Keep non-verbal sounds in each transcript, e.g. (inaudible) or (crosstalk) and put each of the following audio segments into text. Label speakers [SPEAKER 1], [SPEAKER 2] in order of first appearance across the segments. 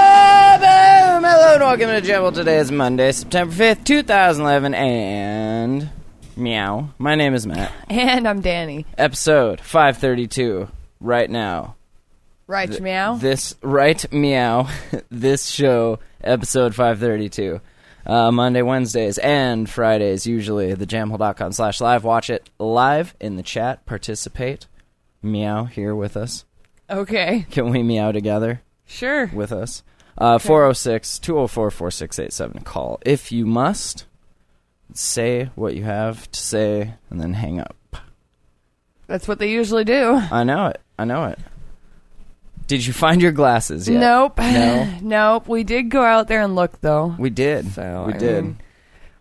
[SPEAKER 1] Kaboom! Hello and welcome to Jabble. Today is Monday, September 5th, 2011, and. Meow. My name is Matt.
[SPEAKER 2] And I'm Danny.
[SPEAKER 1] Episode 532, right now.
[SPEAKER 2] Right, meow.
[SPEAKER 1] This, right meow, (laughs) this show, episode 532. Uh, Monday, Wednesdays, and Fridays, usually, thejamhole.com slash live. Watch it live in the chat. Participate. Meow here with us.
[SPEAKER 2] okay,
[SPEAKER 1] Can we meow together?
[SPEAKER 2] sure.
[SPEAKER 1] with us. Uh, 406 204 4687. Call if you must. Say what you have to say and then hang up.
[SPEAKER 2] That's what they usually do.
[SPEAKER 1] I know it. I know it. Did you find your glasses yet?
[SPEAKER 2] Nope. (laughs)
[SPEAKER 1] No.
[SPEAKER 2] nope. We did go out there and look, though.
[SPEAKER 1] We did.
[SPEAKER 2] So,
[SPEAKER 1] we
[SPEAKER 2] I
[SPEAKER 1] did.
[SPEAKER 2] mean-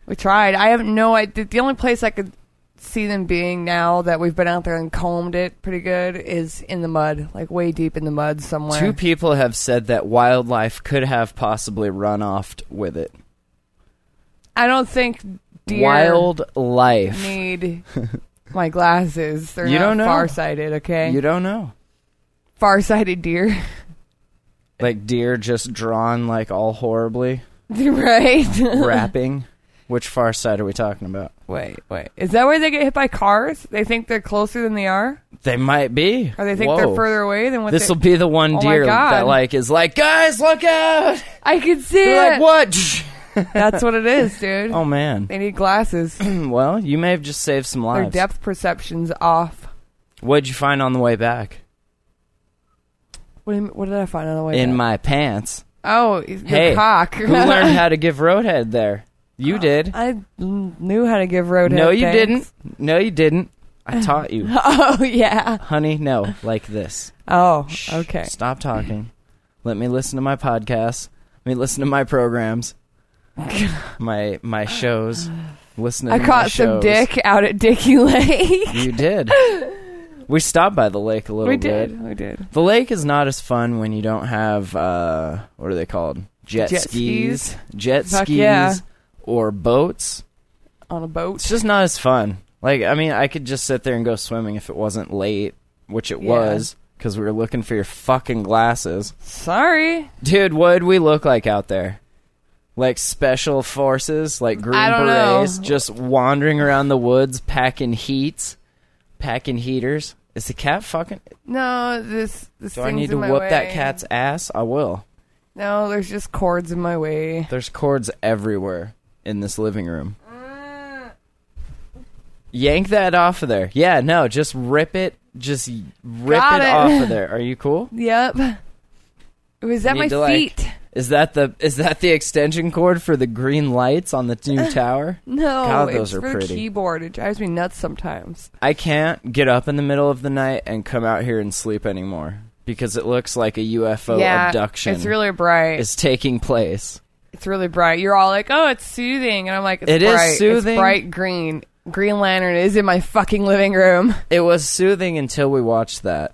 [SPEAKER 2] We tried. I have no idea. The only place I could see them being now that we've been out there and combed it pretty good is in the mud, like way deep in the mud somewhere.
[SPEAKER 1] Two people have said that wildlife could have possibly run off with it.
[SPEAKER 2] I don't think deer
[SPEAKER 1] Wildlife. (laughs)
[SPEAKER 2] need my glasses. They're
[SPEAKER 1] You
[SPEAKER 2] not
[SPEAKER 1] don't know.
[SPEAKER 2] farsighted, okay?
[SPEAKER 1] You don't know.
[SPEAKER 2] farsighted deer, (laughs)
[SPEAKER 1] Like deer just drawn like all
[SPEAKER 2] (laughs)
[SPEAKER 1] horribly,
[SPEAKER 2] right? (laughs)
[SPEAKER 1] rapping. Which far side are we talking about?
[SPEAKER 2] Wait, wait. Is that where they get hit by cars? They think they're closer than they are?
[SPEAKER 1] They might be.
[SPEAKER 2] Or they think
[SPEAKER 1] Whoa.
[SPEAKER 2] they're further away than what
[SPEAKER 1] This
[SPEAKER 2] they
[SPEAKER 1] will be the one
[SPEAKER 2] Oh my
[SPEAKER 1] deer
[SPEAKER 2] God.
[SPEAKER 1] that like is like, guys, look out!
[SPEAKER 2] I can see
[SPEAKER 1] They're like,
[SPEAKER 2] it.
[SPEAKER 1] what? (laughs)
[SPEAKER 2] That's what it is, dude.
[SPEAKER 1] oh man. (clears throat)
[SPEAKER 2] They need glasses.
[SPEAKER 1] Well, you may have just saved some
[SPEAKER 2] Their
[SPEAKER 1] lives.
[SPEAKER 2] depth perception's off.
[SPEAKER 1] What'd you find on the way back?
[SPEAKER 2] What, do you mean- what did I find on the way?
[SPEAKER 1] In
[SPEAKER 2] back?
[SPEAKER 1] my pants.
[SPEAKER 2] oh, your
[SPEAKER 1] hey,
[SPEAKER 2] cock. Oh,
[SPEAKER 1] who
[SPEAKER 2] (laughs)
[SPEAKER 1] learned how to give roadhead there? You did.
[SPEAKER 2] I knew how to give roadhead.
[SPEAKER 1] no, you
[SPEAKER 2] thanks.
[SPEAKER 1] didn't. No, you didn't. I taught you,
[SPEAKER 2] (laughs) Oh yeah.
[SPEAKER 1] honey. No, like this.
[SPEAKER 2] Oh,
[SPEAKER 1] Shh,
[SPEAKER 2] okay.
[SPEAKER 1] Stop talking. Let me listen to my podcasts. Let me listen to my
[SPEAKER 2] (laughs)
[SPEAKER 1] programs. my my shows. Listen to
[SPEAKER 2] I
[SPEAKER 1] my
[SPEAKER 2] caught some
[SPEAKER 1] shows.
[SPEAKER 2] dick out at
[SPEAKER 1] (laughs)
[SPEAKER 2] Dicky Lake.
[SPEAKER 1] You
[SPEAKER 2] (laughs)
[SPEAKER 1] did. we stopped by the lake a little
[SPEAKER 2] we
[SPEAKER 1] bit.
[SPEAKER 2] did. We did.
[SPEAKER 1] The lake is not as fun when you don't have uh what are they called? Jet,
[SPEAKER 2] Jet
[SPEAKER 1] skis,
[SPEAKER 2] skis.
[SPEAKER 1] jet
[SPEAKER 2] Fuck
[SPEAKER 1] skis
[SPEAKER 2] yeah.
[SPEAKER 1] or boats.
[SPEAKER 2] On a boat.
[SPEAKER 1] It's just not as fun. Like I mean, I could just sit there and go swimming if it wasn't late, which it
[SPEAKER 2] Yeah.
[SPEAKER 1] was cuz we were looking for your fucking glasses.
[SPEAKER 2] Sorry.
[SPEAKER 1] Dude, what'd we look like out there? Like special forces, like green
[SPEAKER 2] I don't
[SPEAKER 1] berets,
[SPEAKER 2] know.
[SPEAKER 1] just wandering around the woods, packing heats, packing heaters. Is the cat fucking?
[SPEAKER 2] No, this. this
[SPEAKER 1] Do I
[SPEAKER 2] thing's
[SPEAKER 1] need to
[SPEAKER 2] in my
[SPEAKER 1] whoop that
[SPEAKER 2] way.
[SPEAKER 1] cat's ass? I will.
[SPEAKER 2] No, there's just cords in my way.
[SPEAKER 1] There's cords everywhere in this living room.
[SPEAKER 2] Uh.
[SPEAKER 1] Yank that off of there. Yeah, no, just rip it. Just rip
[SPEAKER 2] Got
[SPEAKER 1] it,
[SPEAKER 2] it.
[SPEAKER 1] off
[SPEAKER 2] (laughs)
[SPEAKER 1] of there. Are you cool?
[SPEAKER 2] Yep. It was at
[SPEAKER 1] Need
[SPEAKER 2] my
[SPEAKER 1] to, like-
[SPEAKER 2] feet.
[SPEAKER 1] Is that the is that the extension cord for the green lights on the
[SPEAKER 2] (laughs)
[SPEAKER 1] new tower?
[SPEAKER 2] no,
[SPEAKER 1] God,
[SPEAKER 2] it's
[SPEAKER 1] those are
[SPEAKER 2] for
[SPEAKER 1] pretty.
[SPEAKER 2] the keyboard. It drives me nuts sometimes.
[SPEAKER 1] I can't get up in the middle of the night and come out here and sleep anymore because it looks like a UFO Oh, abduction
[SPEAKER 2] It's really bright. It's,
[SPEAKER 1] is taking place.
[SPEAKER 2] really bright. You're all like, "Oh, it's soothing," and I'm like, it's
[SPEAKER 1] It is
[SPEAKER 2] bright.
[SPEAKER 1] soothing.
[SPEAKER 2] It's bright green. Green Lantern is in my fucking living room. (laughs)
[SPEAKER 1] It was soothing until we watched that,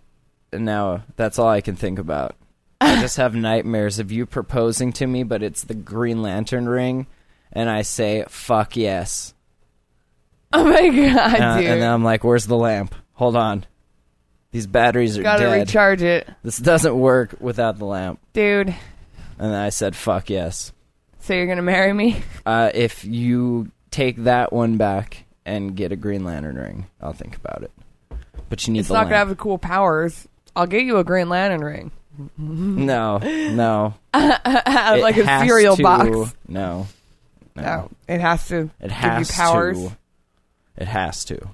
[SPEAKER 1] and now that's all I can think about.
[SPEAKER 2] (laughs)
[SPEAKER 1] I just have nightmares of you proposing to me, but it's the Green Lantern ring, and I say "fuck yes,"
[SPEAKER 2] Oh my god,
[SPEAKER 1] Uh,
[SPEAKER 2] dude!
[SPEAKER 1] and then I'm like, "Where's the lamp? Hold on, these batteries are
[SPEAKER 2] Gotta
[SPEAKER 1] dead.
[SPEAKER 2] recharge it,
[SPEAKER 1] This doesn't work without the lamp."
[SPEAKER 2] dude.
[SPEAKER 1] And then I said "fuck yes."
[SPEAKER 2] So you're gonna marry me? (laughs)
[SPEAKER 1] uh, if you take that one back and get a Green Lantern ring, I'll think about it. But you need
[SPEAKER 2] It's
[SPEAKER 1] the
[SPEAKER 2] not gonna have
[SPEAKER 1] lamp.
[SPEAKER 2] the cool powers. I'll get you a Green Lantern ring,
[SPEAKER 1] No, no. It
[SPEAKER 2] like a
[SPEAKER 1] has
[SPEAKER 2] cereal
[SPEAKER 1] to-
[SPEAKER 2] box. (laughs)
[SPEAKER 1] No, no.
[SPEAKER 2] No, it has to
[SPEAKER 1] It has
[SPEAKER 2] give you powers.
[SPEAKER 1] to. It has to.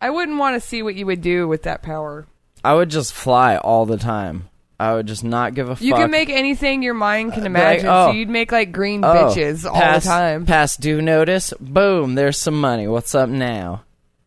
[SPEAKER 2] I wouldn't want to see what you would do with that power.
[SPEAKER 1] I would just fly all the time. I would just not give a
[SPEAKER 2] You
[SPEAKER 1] fuck.
[SPEAKER 2] can make anything your mind can
[SPEAKER 1] like,
[SPEAKER 2] imagine.
[SPEAKER 1] oh.
[SPEAKER 2] so you'd make like green
[SPEAKER 1] Oh,
[SPEAKER 2] bitches all
[SPEAKER 1] pass-
[SPEAKER 2] the time.
[SPEAKER 1] Past due notice. Boom. There's some money. What's up now?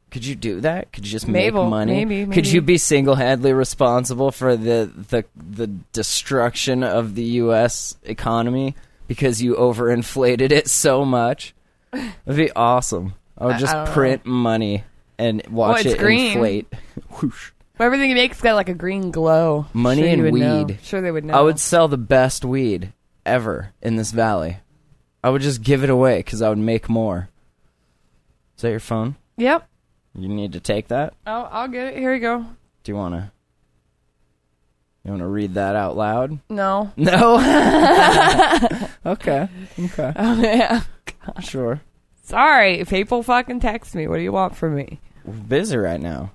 [SPEAKER 1] Could you do that? Could you just
[SPEAKER 2] Mabel,
[SPEAKER 1] make money?
[SPEAKER 2] maybe,
[SPEAKER 1] Could
[SPEAKER 2] maybe.
[SPEAKER 1] you be single-handedly responsible for the, the the destruction of the U.S. economy because you overinflated it so much? That'd be awesome. I would
[SPEAKER 2] I-
[SPEAKER 1] just
[SPEAKER 2] I don't know.
[SPEAKER 1] print money and watch
[SPEAKER 2] it's
[SPEAKER 1] it
[SPEAKER 2] green.
[SPEAKER 1] inflate. Whoosh.
[SPEAKER 2] But everything he makes has got like a green glow.
[SPEAKER 1] Money
[SPEAKER 2] sure you
[SPEAKER 1] and
[SPEAKER 2] would know.
[SPEAKER 1] weed.
[SPEAKER 2] Sure, they would know.
[SPEAKER 1] I would sell the best weed ever in this valley. I would just give it away because I would make more. Is that your phone?
[SPEAKER 2] Yep.
[SPEAKER 1] You need to take that.
[SPEAKER 2] Oh, I'll get it. Here you go.
[SPEAKER 1] Do you wanna? You wanna read that out loud? (laughs)
[SPEAKER 2] No.
[SPEAKER 1] No. okay. Okay.
[SPEAKER 2] Oh yeah.
[SPEAKER 1] Sure.
[SPEAKER 2] Sorry. People fucking text me. What do you want from me?
[SPEAKER 1] We're busy right now.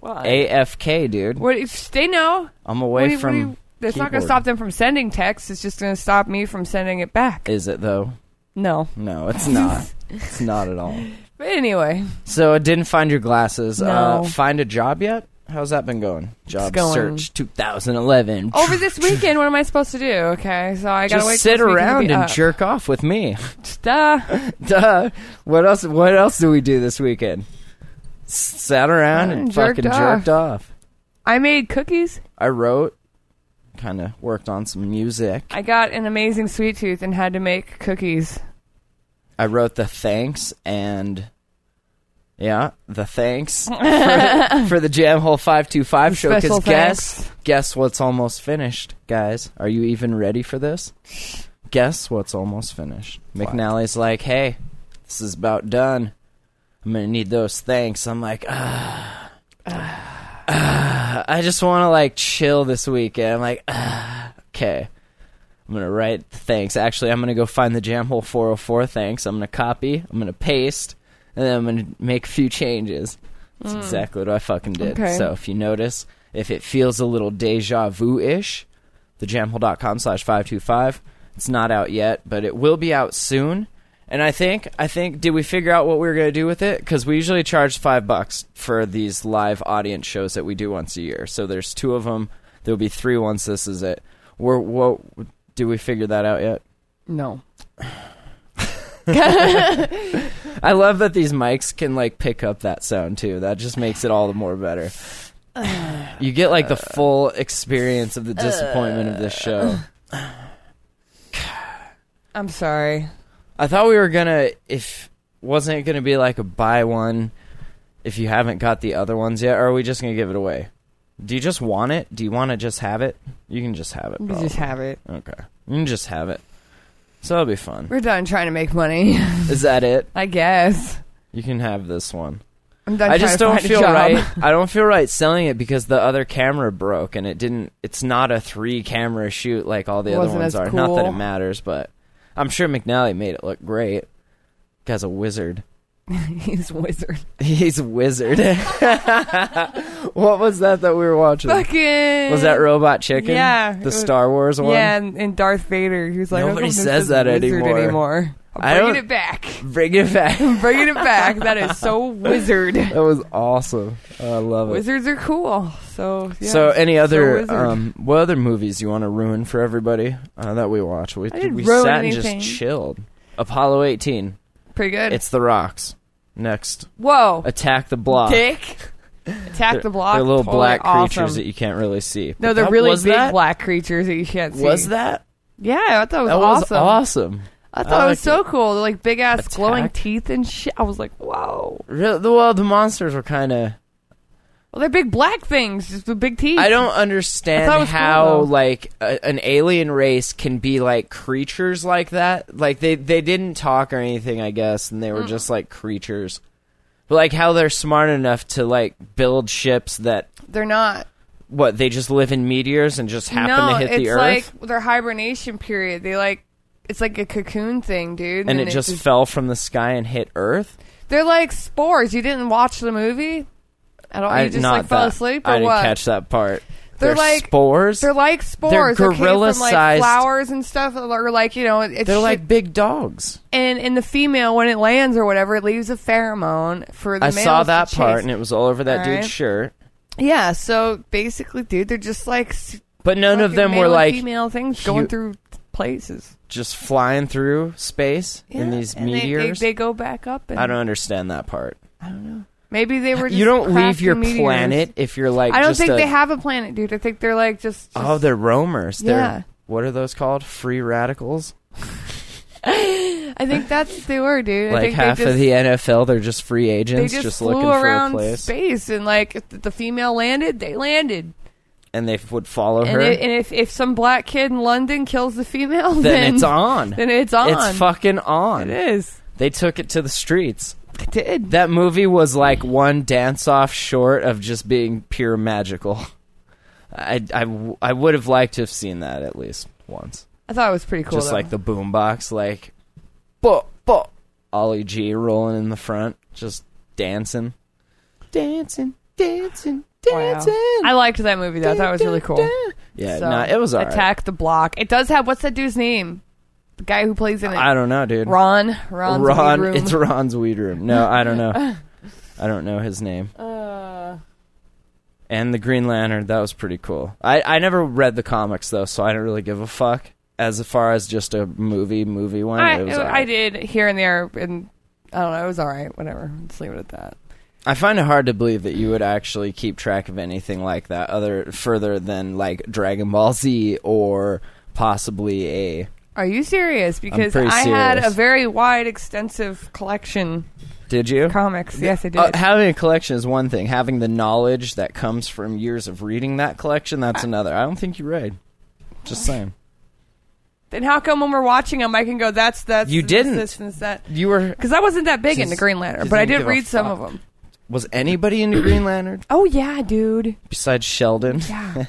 [SPEAKER 2] Well,
[SPEAKER 1] AFK, dude.
[SPEAKER 2] what if they know?
[SPEAKER 1] I'm
[SPEAKER 2] What
[SPEAKER 1] away
[SPEAKER 2] do you- what do
[SPEAKER 1] from.
[SPEAKER 2] you- that's not
[SPEAKER 1] keyboard.
[SPEAKER 2] going to stop them from sending texts. It's just going to stop me from sending it back.
[SPEAKER 1] Is it though?
[SPEAKER 2] no.
[SPEAKER 1] No, it's not. it's not at all.
[SPEAKER 2] But anyway,
[SPEAKER 1] So I didn't find your glasses. Uh,
[SPEAKER 2] No.
[SPEAKER 1] find a job yet? How's that been going? Job
[SPEAKER 2] going.
[SPEAKER 1] search 2011.
[SPEAKER 2] over
[SPEAKER 1] (laughs)
[SPEAKER 2] this weekend, what am I supposed to do? Okay, so I gotta
[SPEAKER 1] Just
[SPEAKER 2] wait.
[SPEAKER 1] sit
[SPEAKER 2] this weekend to
[SPEAKER 1] around
[SPEAKER 2] be
[SPEAKER 1] and
[SPEAKER 2] up.
[SPEAKER 1] jerk off with me. (laughs)
[SPEAKER 2] Duh.
[SPEAKER 1] Duh. What else? What else do we do this weekend? S- Sat around and
[SPEAKER 2] Uh, jerked
[SPEAKER 1] fucking
[SPEAKER 2] off.
[SPEAKER 1] jerked off.
[SPEAKER 2] I made cookies.
[SPEAKER 1] I wrote, kind of worked on some music.
[SPEAKER 2] I got an amazing sweet tooth and had to make cookies.
[SPEAKER 1] I wrote the thanks and yeah, the thanks
[SPEAKER 2] (laughs)
[SPEAKER 1] for, for the Jam Hole Five Two Five show. Because
[SPEAKER 2] Special
[SPEAKER 1] guess
[SPEAKER 2] thanks.
[SPEAKER 1] guess what's almost finished, guys. Are you even ready for this? Guess what's almost finished. McNally's like, hey, this is about done. I'm gonna need those thanks. I'm like, ah. ah, I just want to like chill this weekend. I'm like, ah, okay. I'm gonna write thanks. Actually, I'm gonna go find the jam hole 404 thanks. I'm gonna copy. I'm gonna paste, and then I'm gonna make a few changes. That's exactly what I fucking did.
[SPEAKER 2] Okay.
[SPEAKER 1] So if you notice, if it feels a little deja vu ish, thejamhole.com slash 525. It's not out yet, but it will be out soon. And I think, I think, did we figure out what we were going to do with it? Because we usually charge five bucks for these live audience shows that we do once a year. So there's two of them. There'll be three once this is it. We're, what, did we figure that out yet?
[SPEAKER 2] No.
[SPEAKER 1] I love that these mics can like pick up that sound too. That just makes it all the more better. (sighs) You get like the full experience of the disappointment of this show.
[SPEAKER 2] I'm sorry.
[SPEAKER 1] I thought we were gonna if wasn't it gonna be like a buy one if you haven't got the other ones yet, or are we just gonna give it away? Do you just want it? Do you wanna just have it? You can just have it.
[SPEAKER 2] We
[SPEAKER 1] probably.
[SPEAKER 2] just have it.
[SPEAKER 1] okay. You can just have it. So that'll be fun.
[SPEAKER 2] We're done trying to make money. (laughs)
[SPEAKER 1] Is that it?
[SPEAKER 2] I guess.
[SPEAKER 1] You can have this one.
[SPEAKER 2] I'm done.
[SPEAKER 1] I
[SPEAKER 2] trying
[SPEAKER 1] just
[SPEAKER 2] to
[SPEAKER 1] don't
[SPEAKER 2] find a
[SPEAKER 1] feel
[SPEAKER 2] job. (laughs)
[SPEAKER 1] right. I don't feel right selling it because the other camera broke and it didn't. It's not a three camera shoot like all the other
[SPEAKER 2] Wasn't
[SPEAKER 1] ones
[SPEAKER 2] as
[SPEAKER 1] are. Not that it
[SPEAKER 2] cool.
[SPEAKER 1] matters, but I'm sure McNally made it look great. Guy's a wizard. (laughs)
[SPEAKER 2] He's a wizard.
[SPEAKER 1] He's a wizard. (laughs) what was that that we were watching?
[SPEAKER 2] Fucking.
[SPEAKER 1] Was that Robot Chicken?
[SPEAKER 2] Yeah,
[SPEAKER 1] the
[SPEAKER 2] it was-
[SPEAKER 1] Star Wars one.
[SPEAKER 2] Yeah, and, and Darth Vader. He was like, how
[SPEAKER 1] Nobody
[SPEAKER 2] come this
[SPEAKER 1] says that
[SPEAKER 2] isn't wizard
[SPEAKER 1] anymore.
[SPEAKER 2] anymore.
[SPEAKER 1] I
[SPEAKER 2] I'm bringing
[SPEAKER 1] don't-
[SPEAKER 2] it back.
[SPEAKER 1] bring it back. (laughs)
[SPEAKER 2] bringing it back. That is so wizard.
[SPEAKER 1] that was awesome. I love it.
[SPEAKER 2] Wizards are cool. So yeah.
[SPEAKER 1] so, any other
[SPEAKER 2] wizard.
[SPEAKER 1] um, what other movies you want to ruin for everybody uh, that we watch? We
[SPEAKER 2] didn't
[SPEAKER 1] we
[SPEAKER 2] ruin
[SPEAKER 1] sat and
[SPEAKER 2] anything.
[SPEAKER 1] just chilled. Apollo 18.
[SPEAKER 2] pretty good.
[SPEAKER 1] It's the rocks. Next,
[SPEAKER 2] Whoa,
[SPEAKER 1] attack the block. (laughs)
[SPEAKER 2] dick. Attack
[SPEAKER 1] They're,
[SPEAKER 2] the block.
[SPEAKER 1] they're little
[SPEAKER 2] Totally
[SPEAKER 1] black
[SPEAKER 2] awesome.
[SPEAKER 1] creatures that you can't really see.
[SPEAKER 2] no,
[SPEAKER 1] But
[SPEAKER 2] they're
[SPEAKER 1] that-
[SPEAKER 2] really
[SPEAKER 1] was
[SPEAKER 2] big
[SPEAKER 1] that-
[SPEAKER 2] black creatures that you can't see.
[SPEAKER 1] Was that?
[SPEAKER 2] Yeah, I thought it was
[SPEAKER 1] That was
[SPEAKER 2] awesome.
[SPEAKER 1] awesome.
[SPEAKER 2] I thought
[SPEAKER 1] I
[SPEAKER 2] it was
[SPEAKER 1] liked
[SPEAKER 2] so cool. They're like big ass
[SPEAKER 1] Attack.
[SPEAKER 2] glowing teeth and shit. I was like, whoa.
[SPEAKER 1] Real- the- Well, the monsters were kind of.
[SPEAKER 2] Well, they're big black things, just with big
[SPEAKER 1] (laughs)
[SPEAKER 2] teeth.
[SPEAKER 1] I don't
[SPEAKER 2] I
[SPEAKER 1] understand
[SPEAKER 2] thought it was cool,
[SPEAKER 1] how
[SPEAKER 2] though.
[SPEAKER 1] like a, an alien race can be like creatures like that. Like they they didn't talk or anything, I guess, and they were just like creatures. But like how they're smart enough to like build ships that
[SPEAKER 2] They're not.
[SPEAKER 1] what they just live in meteors and just happen
[SPEAKER 2] no,
[SPEAKER 1] to hit
[SPEAKER 2] it's
[SPEAKER 1] the earth.
[SPEAKER 2] like their hibernation period. They like. It's like a cocoon thing, dude.
[SPEAKER 1] and
[SPEAKER 2] then
[SPEAKER 1] it just fell from the sky and hit Earth.
[SPEAKER 2] They're like spores. You didn't watch the movie? I don't.
[SPEAKER 1] I
[SPEAKER 2] you just
[SPEAKER 1] not
[SPEAKER 2] like fell
[SPEAKER 1] that.
[SPEAKER 2] asleep or
[SPEAKER 1] I didn't
[SPEAKER 2] what?
[SPEAKER 1] catch that part.
[SPEAKER 2] They're like-
[SPEAKER 1] spores.
[SPEAKER 2] They're like spores. They're
[SPEAKER 1] gorilla
[SPEAKER 2] from, like,
[SPEAKER 1] sized-
[SPEAKER 2] flowers and stuff, or like you know, it's
[SPEAKER 1] They're like
[SPEAKER 2] shit-
[SPEAKER 1] big dogs.
[SPEAKER 2] and and the female when it lands or whatever, it leaves a pheromone for the.
[SPEAKER 1] I saw
[SPEAKER 2] males to
[SPEAKER 1] that part,
[SPEAKER 2] chase.
[SPEAKER 1] and it was all over that
[SPEAKER 2] All
[SPEAKER 1] dude's
[SPEAKER 2] right.
[SPEAKER 1] shirt.
[SPEAKER 2] yeah, so basically, dude, they're just like s-
[SPEAKER 1] But none of
[SPEAKER 2] fucking
[SPEAKER 1] them
[SPEAKER 2] male
[SPEAKER 1] were
[SPEAKER 2] and
[SPEAKER 1] like
[SPEAKER 2] female things
[SPEAKER 1] hu-
[SPEAKER 2] going through places
[SPEAKER 1] just flying through space in
[SPEAKER 2] Yeah,
[SPEAKER 1] these
[SPEAKER 2] and they- they-
[SPEAKER 1] meteors.
[SPEAKER 2] They, go back up. And
[SPEAKER 1] I don't understand that part.
[SPEAKER 2] I don't know. Maybe they were. Just
[SPEAKER 1] You don't leave
[SPEAKER 2] crafty
[SPEAKER 1] your
[SPEAKER 2] meteors.
[SPEAKER 1] planet if you're like.
[SPEAKER 2] I don't
[SPEAKER 1] just
[SPEAKER 2] think
[SPEAKER 1] a-
[SPEAKER 2] they have a planet, dude. I think they're like just. just-
[SPEAKER 1] Oh, they're roamers.
[SPEAKER 2] Yeah.
[SPEAKER 1] They're what are those called? Free radicals.
[SPEAKER 2] I think that's what they were, dude. I
[SPEAKER 1] like
[SPEAKER 2] think
[SPEAKER 1] half
[SPEAKER 2] they just,
[SPEAKER 1] of the NFL, they're just free
[SPEAKER 2] they
[SPEAKER 1] agents,
[SPEAKER 2] just,
[SPEAKER 1] just,
[SPEAKER 2] flew
[SPEAKER 1] looking for a
[SPEAKER 2] around
[SPEAKER 1] place,
[SPEAKER 2] space, and like if the female landed, they landed.
[SPEAKER 1] and they would follow
[SPEAKER 2] And,
[SPEAKER 1] her.
[SPEAKER 2] it, and if if some black kid in London kills the female, then,
[SPEAKER 1] then it's on.
[SPEAKER 2] Then it's on.
[SPEAKER 1] It's fucking on.
[SPEAKER 2] It is.
[SPEAKER 1] They took it to the streets.
[SPEAKER 2] I did.
[SPEAKER 1] That movie was like one dance off short of just being pure magical. (laughs) I, I w- I would have liked to have seen that at least once.
[SPEAKER 2] I thought it was pretty cool.
[SPEAKER 1] just
[SPEAKER 2] though.
[SPEAKER 1] like the boombox, like, bo, bo. Ollie G rolling in the front, just dancing. Dancing, dancing,
[SPEAKER 2] Wow.
[SPEAKER 1] dancing.
[SPEAKER 2] I liked that movie though. I thought it was really cool.
[SPEAKER 1] Yeah,
[SPEAKER 2] So,
[SPEAKER 1] nah, it was alright.
[SPEAKER 2] Attack the Block. It does have what's that dude's name? The guy who plays in it.
[SPEAKER 1] I don't know, dude.
[SPEAKER 2] Ron. Ron's
[SPEAKER 1] Ron,
[SPEAKER 2] Weed room.
[SPEAKER 1] it's Ron's weed room. No, I don't know. I don't know his name.
[SPEAKER 2] Uh,
[SPEAKER 1] And the Green Lantern, that was pretty cool. I I never read the comics though, so I don't really give a fuck. As far as just a movie, movie one,
[SPEAKER 2] I,
[SPEAKER 1] it was
[SPEAKER 2] I
[SPEAKER 1] alright.
[SPEAKER 2] did here and there, and I don't know. It was all right. Whatever. Let's leave it at that.
[SPEAKER 1] I find it hard to believe that you would actually keep track of anything like that, other further than like Dragon Ball Z or possibly a.
[SPEAKER 2] Are you serious? Because
[SPEAKER 1] pretty
[SPEAKER 2] I had a
[SPEAKER 1] serious. very
[SPEAKER 2] very wide, extensive collection
[SPEAKER 1] Did you?
[SPEAKER 2] comics. Yes, I did.
[SPEAKER 1] Uh, having a collection is one thing. Having the knowledge that comes from years of reading that collection, that's another. I don't think you read. Just saying.
[SPEAKER 2] then how come when we're watching them, I can go, "That's that's
[SPEAKER 1] You
[SPEAKER 2] this,
[SPEAKER 1] didn't.
[SPEAKER 2] this and that."
[SPEAKER 1] You were.
[SPEAKER 2] Because I wasn't that big
[SPEAKER 1] Just-
[SPEAKER 2] into Green Lantern,
[SPEAKER 1] just
[SPEAKER 2] but I
[SPEAKER 1] didn't
[SPEAKER 2] did
[SPEAKER 1] give a
[SPEAKER 2] read some of
[SPEAKER 1] fuck.
[SPEAKER 2] them.
[SPEAKER 1] Was anybody into Green Lantern
[SPEAKER 2] Oh yeah, dude.
[SPEAKER 1] besides Sheldon? (laughs)
[SPEAKER 2] Yeah.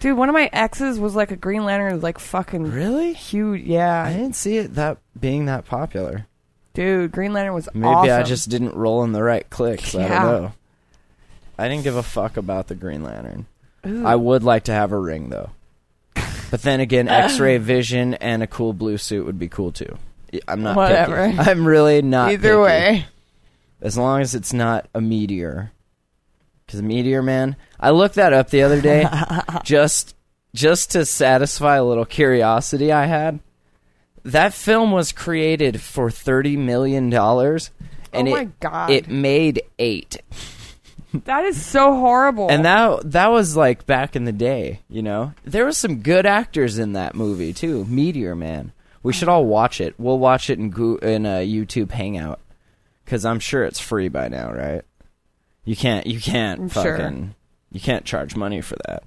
[SPEAKER 2] Dude, one of my exes was like a Green Lantern, like fucking
[SPEAKER 1] Really?
[SPEAKER 2] huge.
[SPEAKER 1] I
[SPEAKER 2] Yeah,
[SPEAKER 1] didn't see it that being that popular.
[SPEAKER 2] dude, Green Lantern was
[SPEAKER 1] Maybe
[SPEAKER 2] awesome.
[SPEAKER 1] I just didn't roll in the right clicks. I
[SPEAKER 2] Yeah.
[SPEAKER 1] don't know. I didn't give a fuck about the Green Lantern. I would like to have a ring though. But then
[SPEAKER 2] (laughs)
[SPEAKER 1] again, X-ray vision and a cool blue suit would be cool too. I- I'm not. picky.
[SPEAKER 2] Whatever.
[SPEAKER 1] I'm really not.
[SPEAKER 2] either
[SPEAKER 1] picky.
[SPEAKER 2] way.
[SPEAKER 1] as long as it's not a meteor. Because meteor man, I looked that up the other
[SPEAKER 2] (laughs)
[SPEAKER 1] day just just to satisfy a little curiosity I had. That film was created for thirty million dollars, and
[SPEAKER 2] Oh my
[SPEAKER 1] it
[SPEAKER 2] God.
[SPEAKER 1] it made eight,
[SPEAKER 2] That is so horrible.
[SPEAKER 1] and that that was like back in the day. You know, there was some good actors in that movie too. Meteor Man, we should all watch it. We'll watch it in Goo in a YouTube Hangout because I'm sure it's free by now, right? You can't you can't
[SPEAKER 2] I'm sure.
[SPEAKER 1] fucking you can't charge money for that.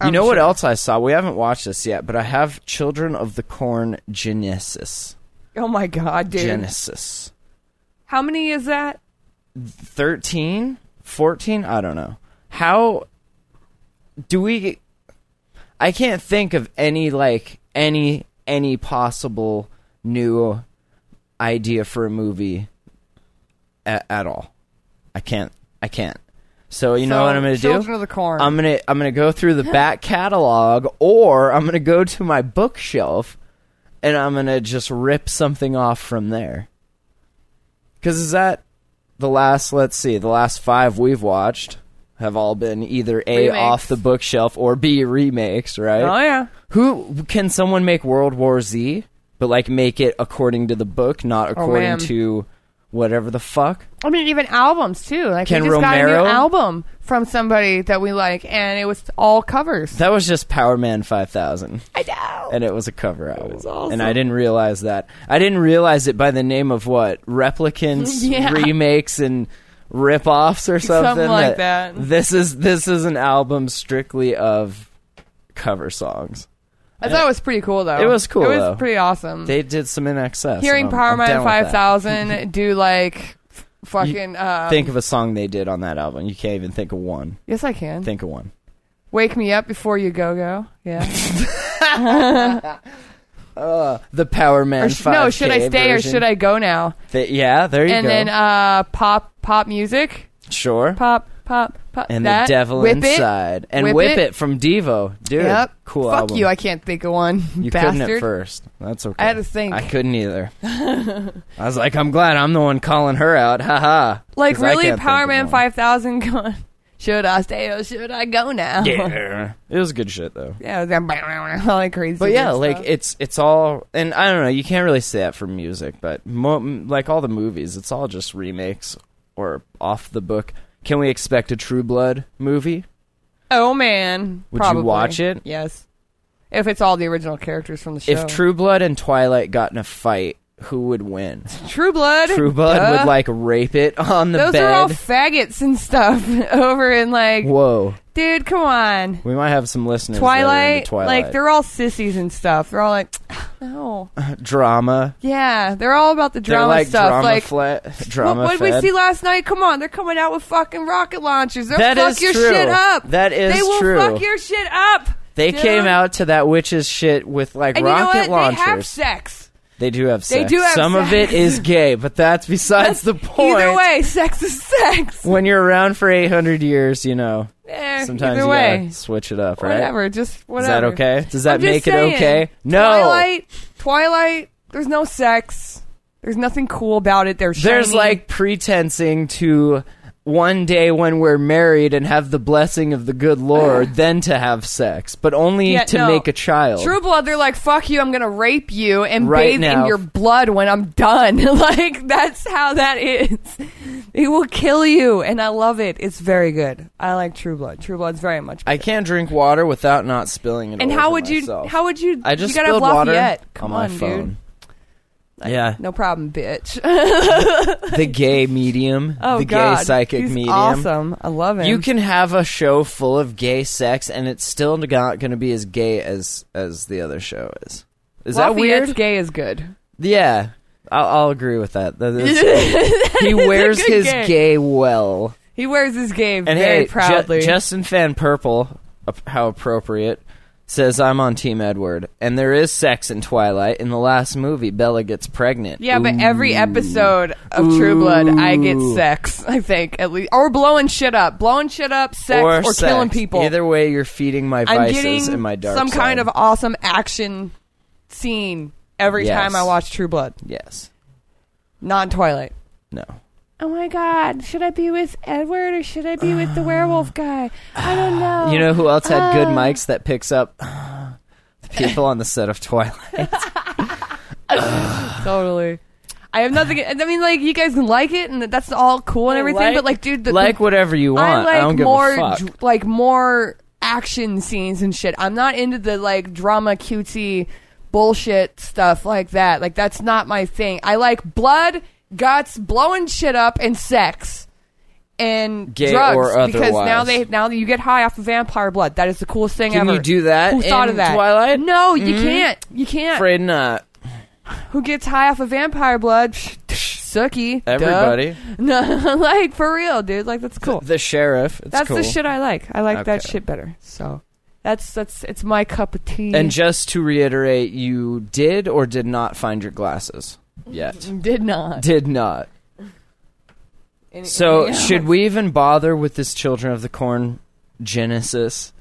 [SPEAKER 2] I'm
[SPEAKER 1] you know what
[SPEAKER 2] sure.
[SPEAKER 1] else I saw? We haven't watched this yet, but I have Children of the Corn Genesis.
[SPEAKER 2] Oh my god, dude.
[SPEAKER 1] Genesis.
[SPEAKER 2] How many is that?
[SPEAKER 1] 13 14 i don't know how do we i can't think of any like any any possible new idea for a movie at, at all i can't i can't so you know
[SPEAKER 2] So,
[SPEAKER 1] what i'm gonna
[SPEAKER 2] Children
[SPEAKER 1] do
[SPEAKER 2] of the Corn.
[SPEAKER 1] i'm gonna i'm gonna go through the
[SPEAKER 2] (laughs)
[SPEAKER 1] back catalog or i'm gonna go to my bookshelf and i'm gonna just rip something off from there because is that the last? Let's see, the last five we've watched have all been either a
[SPEAKER 2] Remakes.
[SPEAKER 1] off the bookshelf or b remakes, right?
[SPEAKER 2] oh yeah.
[SPEAKER 1] Who can someone make World War Z, but like make it according to the book, not according
[SPEAKER 2] Oh, man.
[SPEAKER 1] to whatever the fuck?
[SPEAKER 2] I mean, even albums too. Like
[SPEAKER 1] Ken
[SPEAKER 2] we just got a
[SPEAKER 1] Romero?
[SPEAKER 2] new album from somebody that we like, and it was all covers.
[SPEAKER 1] That was just Power Man Five Thousand,
[SPEAKER 2] I know.
[SPEAKER 1] and it was a cover album,
[SPEAKER 2] was awesome.
[SPEAKER 1] and I didn't realize that. I didn't realize it by the name of what replicants,
[SPEAKER 2] (laughs) Yeah.
[SPEAKER 1] remakes, and rip-offs or something,
[SPEAKER 2] Something like that.
[SPEAKER 1] This is this is an album strictly of cover songs.
[SPEAKER 2] I thought it was pretty cool though.
[SPEAKER 1] It was cool,
[SPEAKER 2] It was
[SPEAKER 1] though.
[SPEAKER 2] pretty awesome.
[SPEAKER 1] They did some in excess.
[SPEAKER 2] Hearing
[SPEAKER 1] and I'm-
[SPEAKER 2] Power
[SPEAKER 1] I'm
[SPEAKER 2] Man
[SPEAKER 1] down with
[SPEAKER 2] Five
[SPEAKER 1] that.
[SPEAKER 2] Thousand do like f- fucking. uh,
[SPEAKER 1] Think of a song they did on that album. You can't even think of one.
[SPEAKER 2] yes, I can.
[SPEAKER 1] Think of one.
[SPEAKER 2] Wake me up before you go go.
[SPEAKER 1] (laughs)
[SPEAKER 2] Yeah.
[SPEAKER 1] The Power Man
[SPEAKER 2] Or sh-
[SPEAKER 1] Five.
[SPEAKER 2] no, should I stay or should I go now?
[SPEAKER 1] yeah, there you
[SPEAKER 2] And
[SPEAKER 1] go.
[SPEAKER 2] then uh, pop pop music.
[SPEAKER 1] sure.
[SPEAKER 2] Pop pop pop.
[SPEAKER 1] and
[SPEAKER 2] that.
[SPEAKER 1] the devil
[SPEAKER 2] Whip It.
[SPEAKER 1] inside and
[SPEAKER 2] Whip
[SPEAKER 1] whip,
[SPEAKER 2] It.
[SPEAKER 1] it. from Devo, dude.
[SPEAKER 2] Yep.
[SPEAKER 1] Cool
[SPEAKER 2] Fuck
[SPEAKER 1] album.
[SPEAKER 2] you. I can't think of one.
[SPEAKER 1] you
[SPEAKER 2] Bastard.
[SPEAKER 1] couldn't at first. That's okay.
[SPEAKER 2] I had to think.
[SPEAKER 1] I couldn't
[SPEAKER 2] (laughs)
[SPEAKER 1] either. I was like, I'm glad I'm the one calling her out. Ha ha.
[SPEAKER 2] Like
[SPEAKER 1] 'Cause I
[SPEAKER 2] really,
[SPEAKER 1] can't think
[SPEAKER 2] Power
[SPEAKER 1] of
[SPEAKER 2] Man
[SPEAKER 1] one.
[SPEAKER 2] Five Thousand going. Should I stay or should I go now?
[SPEAKER 1] Yeah, it was good shit though.
[SPEAKER 2] Yeah, they're all like crazy.
[SPEAKER 1] But yeah,
[SPEAKER 2] weird
[SPEAKER 1] like
[SPEAKER 2] stuff.
[SPEAKER 1] it's it's all, and I don't know. You can't really say that for music, but mo- m- like all the movies, it's all just remakes or off the book. Can we expect a True Blood movie?
[SPEAKER 2] Oh man,
[SPEAKER 1] Would you
[SPEAKER 2] Probably.
[SPEAKER 1] watch it?
[SPEAKER 2] Yes, if it's all the original characters from the show.
[SPEAKER 1] If True Blood and Twilight got in a fight, who would win?
[SPEAKER 2] True Blood, (laughs)
[SPEAKER 1] True Blood
[SPEAKER 2] duh.
[SPEAKER 1] would like rape it on the
[SPEAKER 2] Those
[SPEAKER 1] bed.
[SPEAKER 2] are all faggots and stuff (laughs) over in like,
[SPEAKER 1] Whoa,
[SPEAKER 2] dude, come on.
[SPEAKER 1] we might have some listeners. that are into
[SPEAKER 2] Twilight,
[SPEAKER 1] Twilight,
[SPEAKER 2] like they're all sissies and stuff. They're all like, (sighs) no,
[SPEAKER 1] drama.
[SPEAKER 2] yeah, they're all about the drama
[SPEAKER 1] they're like
[SPEAKER 2] stuff.
[SPEAKER 1] drama
[SPEAKER 2] like,
[SPEAKER 1] flat, drama.
[SPEAKER 2] what, what did we
[SPEAKER 1] fed.
[SPEAKER 2] see last night? Come on, they're coming out with fucking rocket launchers. They'll
[SPEAKER 1] That
[SPEAKER 2] fuck
[SPEAKER 1] is
[SPEAKER 2] your
[SPEAKER 1] true.
[SPEAKER 2] shit up.
[SPEAKER 1] That is
[SPEAKER 2] They will
[SPEAKER 1] true.
[SPEAKER 2] fuck your shit up.
[SPEAKER 1] They
[SPEAKER 2] dude.
[SPEAKER 1] came out to that witch's shit with like
[SPEAKER 2] and
[SPEAKER 1] rocket
[SPEAKER 2] you know what?
[SPEAKER 1] launchers.
[SPEAKER 2] They have sex.
[SPEAKER 1] They do have
[SPEAKER 2] They
[SPEAKER 1] sex.
[SPEAKER 2] do have
[SPEAKER 1] Some of
[SPEAKER 2] sex.
[SPEAKER 1] it is gay, but that's besides the point.
[SPEAKER 2] Either way, sex is sex.
[SPEAKER 1] when you're around for 800 years, you know,
[SPEAKER 2] Eh,
[SPEAKER 1] sometimes
[SPEAKER 2] either
[SPEAKER 1] you
[SPEAKER 2] way,
[SPEAKER 1] gotta switch it up, right?
[SPEAKER 2] whatever. Just
[SPEAKER 1] Is
[SPEAKER 2] whatever.
[SPEAKER 1] that okay? Does that
[SPEAKER 2] I'm just
[SPEAKER 1] make
[SPEAKER 2] saying,
[SPEAKER 1] it okay? No.
[SPEAKER 2] Twilight. Twilight. There's no sex. There's nothing cool about it. There's
[SPEAKER 1] There's like pretensing to one day when we're married and have the blessing of the good Lord, then to have sex, but only
[SPEAKER 2] Yeah,
[SPEAKER 1] to
[SPEAKER 2] no.
[SPEAKER 1] make a child.
[SPEAKER 2] True Blood. They're like, fuck you. I'm gonna rape you and
[SPEAKER 1] Right
[SPEAKER 2] bathe
[SPEAKER 1] now.
[SPEAKER 2] in your blood when I'm done. (laughs) like that's how that is. It will kill you, and I love it. It's very good. I like True Blood. True Blood's very much.
[SPEAKER 1] I can't drink water without not spilling it.
[SPEAKER 2] and
[SPEAKER 1] all
[SPEAKER 2] how
[SPEAKER 1] over
[SPEAKER 2] would you?
[SPEAKER 1] myself.
[SPEAKER 2] How would you?
[SPEAKER 1] I just
[SPEAKER 2] you gotta
[SPEAKER 1] spilled
[SPEAKER 2] have
[SPEAKER 1] water
[SPEAKER 2] Lafayette.
[SPEAKER 1] on
[SPEAKER 2] Come
[SPEAKER 1] my
[SPEAKER 2] on, dude. (laughs)
[SPEAKER 1] phone. yeah,
[SPEAKER 2] No problem, bitch. (laughs)
[SPEAKER 1] the gay medium,
[SPEAKER 2] oh
[SPEAKER 1] the
[SPEAKER 2] God,
[SPEAKER 1] gay psychic
[SPEAKER 2] He's
[SPEAKER 1] medium.
[SPEAKER 2] Awesome. I love him.
[SPEAKER 1] You can have a show full of gay sex, and it's still not going to be as gay as as the other show is. Is that
[SPEAKER 2] Lafayette's
[SPEAKER 1] weird?
[SPEAKER 2] Gay is good.
[SPEAKER 1] Yeah, I'll, I'll agree with that. That (laughs) is- he wears
[SPEAKER 2] good
[SPEAKER 1] his
[SPEAKER 2] gay.
[SPEAKER 1] gay well,
[SPEAKER 2] He wears his gay
[SPEAKER 1] and
[SPEAKER 2] very
[SPEAKER 1] hey, Ju-
[SPEAKER 2] proudly.
[SPEAKER 1] Justin Fan Purple, ap- how appropriate, says I'm on Team Edward, and there is sex in Twilight. In the last movie, Bella gets pregnant.
[SPEAKER 2] yeah, but
[SPEAKER 1] Ooh.
[SPEAKER 2] every episode of True Blood, I get sex. I think at least, or blowing shit up, blowing shit up, sex, or,
[SPEAKER 1] sex.
[SPEAKER 2] killing people.
[SPEAKER 1] Either way, you're feeding my
[SPEAKER 2] I'm
[SPEAKER 1] vices
[SPEAKER 2] getting
[SPEAKER 1] and my dark
[SPEAKER 2] some kind
[SPEAKER 1] side.
[SPEAKER 2] of awesome action scene every
[SPEAKER 1] Yes.
[SPEAKER 2] time I watch True Blood,
[SPEAKER 1] yes.
[SPEAKER 2] not Twilight.
[SPEAKER 1] No.
[SPEAKER 2] Oh my God! Should I be with Edward or should I be with the werewolf guy? I
[SPEAKER 1] (sighs)
[SPEAKER 2] don't know.
[SPEAKER 1] You know who else had
[SPEAKER 2] Uh.
[SPEAKER 1] good mics that picks up (sighs) the people on the set of Twilight?
[SPEAKER 2] totally. I have nothing. I mean, like you guys can like it, and that's all cool and everything. but like, dude, the,
[SPEAKER 1] like
[SPEAKER 2] the,
[SPEAKER 1] whatever you want.
[SPEAKER 2] I
[SPEAKER 1] I,
[SPEAKER 2] like
[SPEAKER 1] don't give
[SPEAKER 2] more
[SPEAKER 1] a fuck.
[SPEAKER 2] dr- like more action scenes and shit. I'm not into the like drama cutesy bullshit stuff like that. Like that's not my thing. I like blood, guts, blowing shit up, and sex. And
[SPEAKER 1] Gay
[SPEAKER 2] drugs
[SPEAKER 1] or
[SPEAKER 2] because now
[SPEAKER 1] otherwise.
[SPEAKER 2] they now you get high off of vampire blood. That is the coolest thing
[SPEAKER 1] Can
[SPEAKER 2] ever.
[SPEAKER 1] you do that
[SPEAKER 2] Who thought
[SPEAKER 1] in
[SPEAKER 2] of that?
[SPEAKER 1] Twilight? Mm-hmm.
[SPEAKER 2] No, you can't. You can't.
[SPEAKER 1] Afraid not.
[SPEAKER 2] Who gets high off of vampire blood? Suki. Duh.
[SPEAKER 1] Everybody.
[SPEAKER 2] (laughs) No, like for real, dude. Like that's cool.
[SPEAKER 1] The sheriff. It's
[SPEAKER 2] That's
[SPEAKER 1] cool.
[SPEAKER 2] the shit I like. I like that
[SPEAKER 1] Okay.
[SPEAKER 2] shit better. So that's that's it's my cup of tea.
[SPEAKER 1] And just to reiterate, you did or did not find your glasses yet.
[SPEAKER 2] (laughs) did not.
[SPEAKER 1] did not.
[SPEAKER 2] Any-
[SPEAKER 1] So
[SPEAKER 2] any-
[SPEAKER 1] should we even bother with this Children of the Corn Genesis?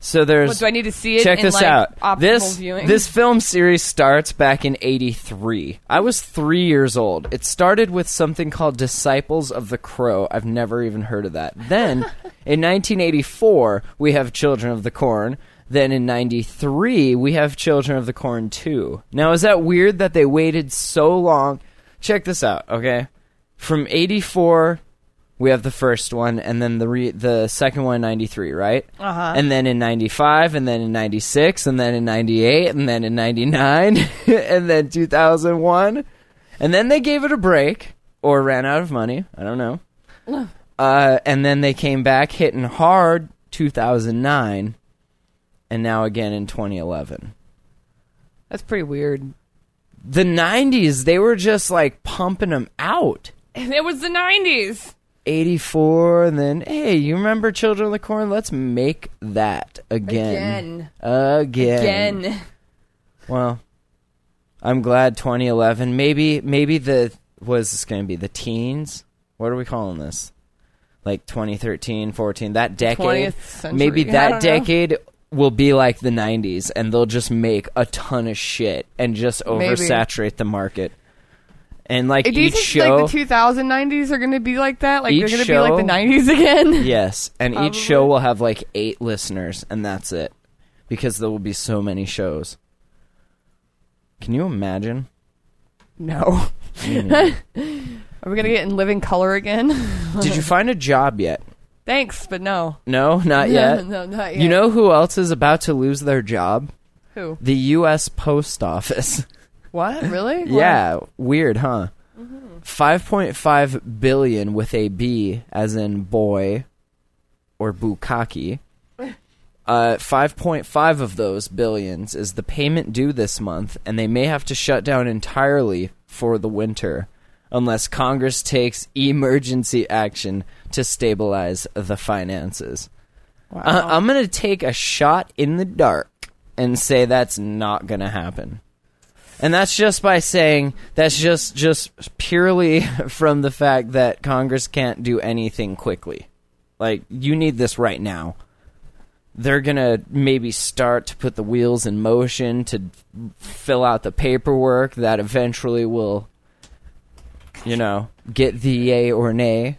[SPEAKER 1] So there's
[SPEAKER 2] What, do I need to see it?
[SPEAKER 1] check
[SPEAKER 2] in,
[SPEAKER 1] this
[SPEAKER 2] like,
[SPEAKER 1] out.
[SPEAKER 2] optimal
[SPEAKER 1] This
[SPEAKER 2] viewing?
[SPEAKER 1] this film series starts back in '83. I was three years old. It started with something called Disciples of the Crow. I've never even heard of that. Then,
[SPEAKER 2] (laughs)
[SPEAKER 1] in 1984, we have Children of the Corn. Then in '93, we have Children of the Corn 2. Now, is that weird that they waited so long? Check this out, okay? From '84 we have the first one, and then the re- the second one in '93, right? Uh-huh. And then in '95, and then in '96, and then in '98, and then in '99, (laughs) and then 2001, and then they gave it a break or ran out of money. I don't know. uh, and then they came back hitting hard 2009, and now again in 2011
[SPEAKER 2] that's pretty weird.
[SPEAKER 1] the 90s they were just like pumping them out
[SPEAKER 2] It was the nineties.
[SPEAKER 1] 84 and then hey you remember children of the corn let's make that again again again,
[SPEAKER 2] Again.
[SPEAKER 1] well i'm glad 2011 maybe maybe the what is this going to be the teens what are we calling this like 2013 14 that decade
[SPEAKER 2] 20th century.
[SPEAKER 1] maybe
[SPEAKER 2] I
[SPEAKER 1] that
[SPEAKER 2] don't know.
[SPEAKER 1] decade will be like the 90s and they'll just make a ton of shit and just
[SPEAKER 2] Maybe.
[SPEAKER 1] oversaturate the market and like
[SPEAKER 2] Do you
[SPEAKER 1] each
[SPEAKER 2] think
[SPEAKER 1] show
[SPEAKER 2] like the 2090s are going to be like that? Like
[SPEAKER 1] Each
[SPEAKER 2] they're going to be like
[SPEAKER 1] show-
[SPEAKER 2] the 90s again? (laughs)
[SPEAKER 1] Yes, and
[SPEAKER 2] Probably.
[SPEAKER 1] each show will have like eight listeners, and that's it, because there will be so many shows.
[SPEAKER 2] (laughs)
[SPEAKER 1] Can you imagine?
[SPEAKER 2] No. (laughs) Are we gonna get in living color again? (laughs)
[SPEAKER 1] Did you find a job yet?
[SPEAKER 2] Thanks, but no.
[SPEAKER 1] No, not yet.
[SPEAKER 2] (laughs) no, not
[SPEAKER 1] You
[SPEAKER 2] yet.
[SPEAKER 1] know who else is about to lose their job?
[SPEAKER 2] Who?
[SPEAKER 1] The U.S. Post Office. (laughs)
[SPEAKER 2] What? Really?
[SPEAKER 1] yeah, weird, huh? 5.5 billion with a B as in boy or bukaki. Uh, 5.5 of those billions is the payment due this month, and they may have to shut down entirely for the winter unless Congress takes emergency action to stabilize the finances. I- I'm going to take a shot in the dark and say that's not going to happen. And that's just by saying that's just just purely (laughs) from the fact that Congress can't do anything quickly. Like you need this right now. They're going to maybe start to put the wheels in motion to fill out the paperwork that eventually will you know, get the yay or nay.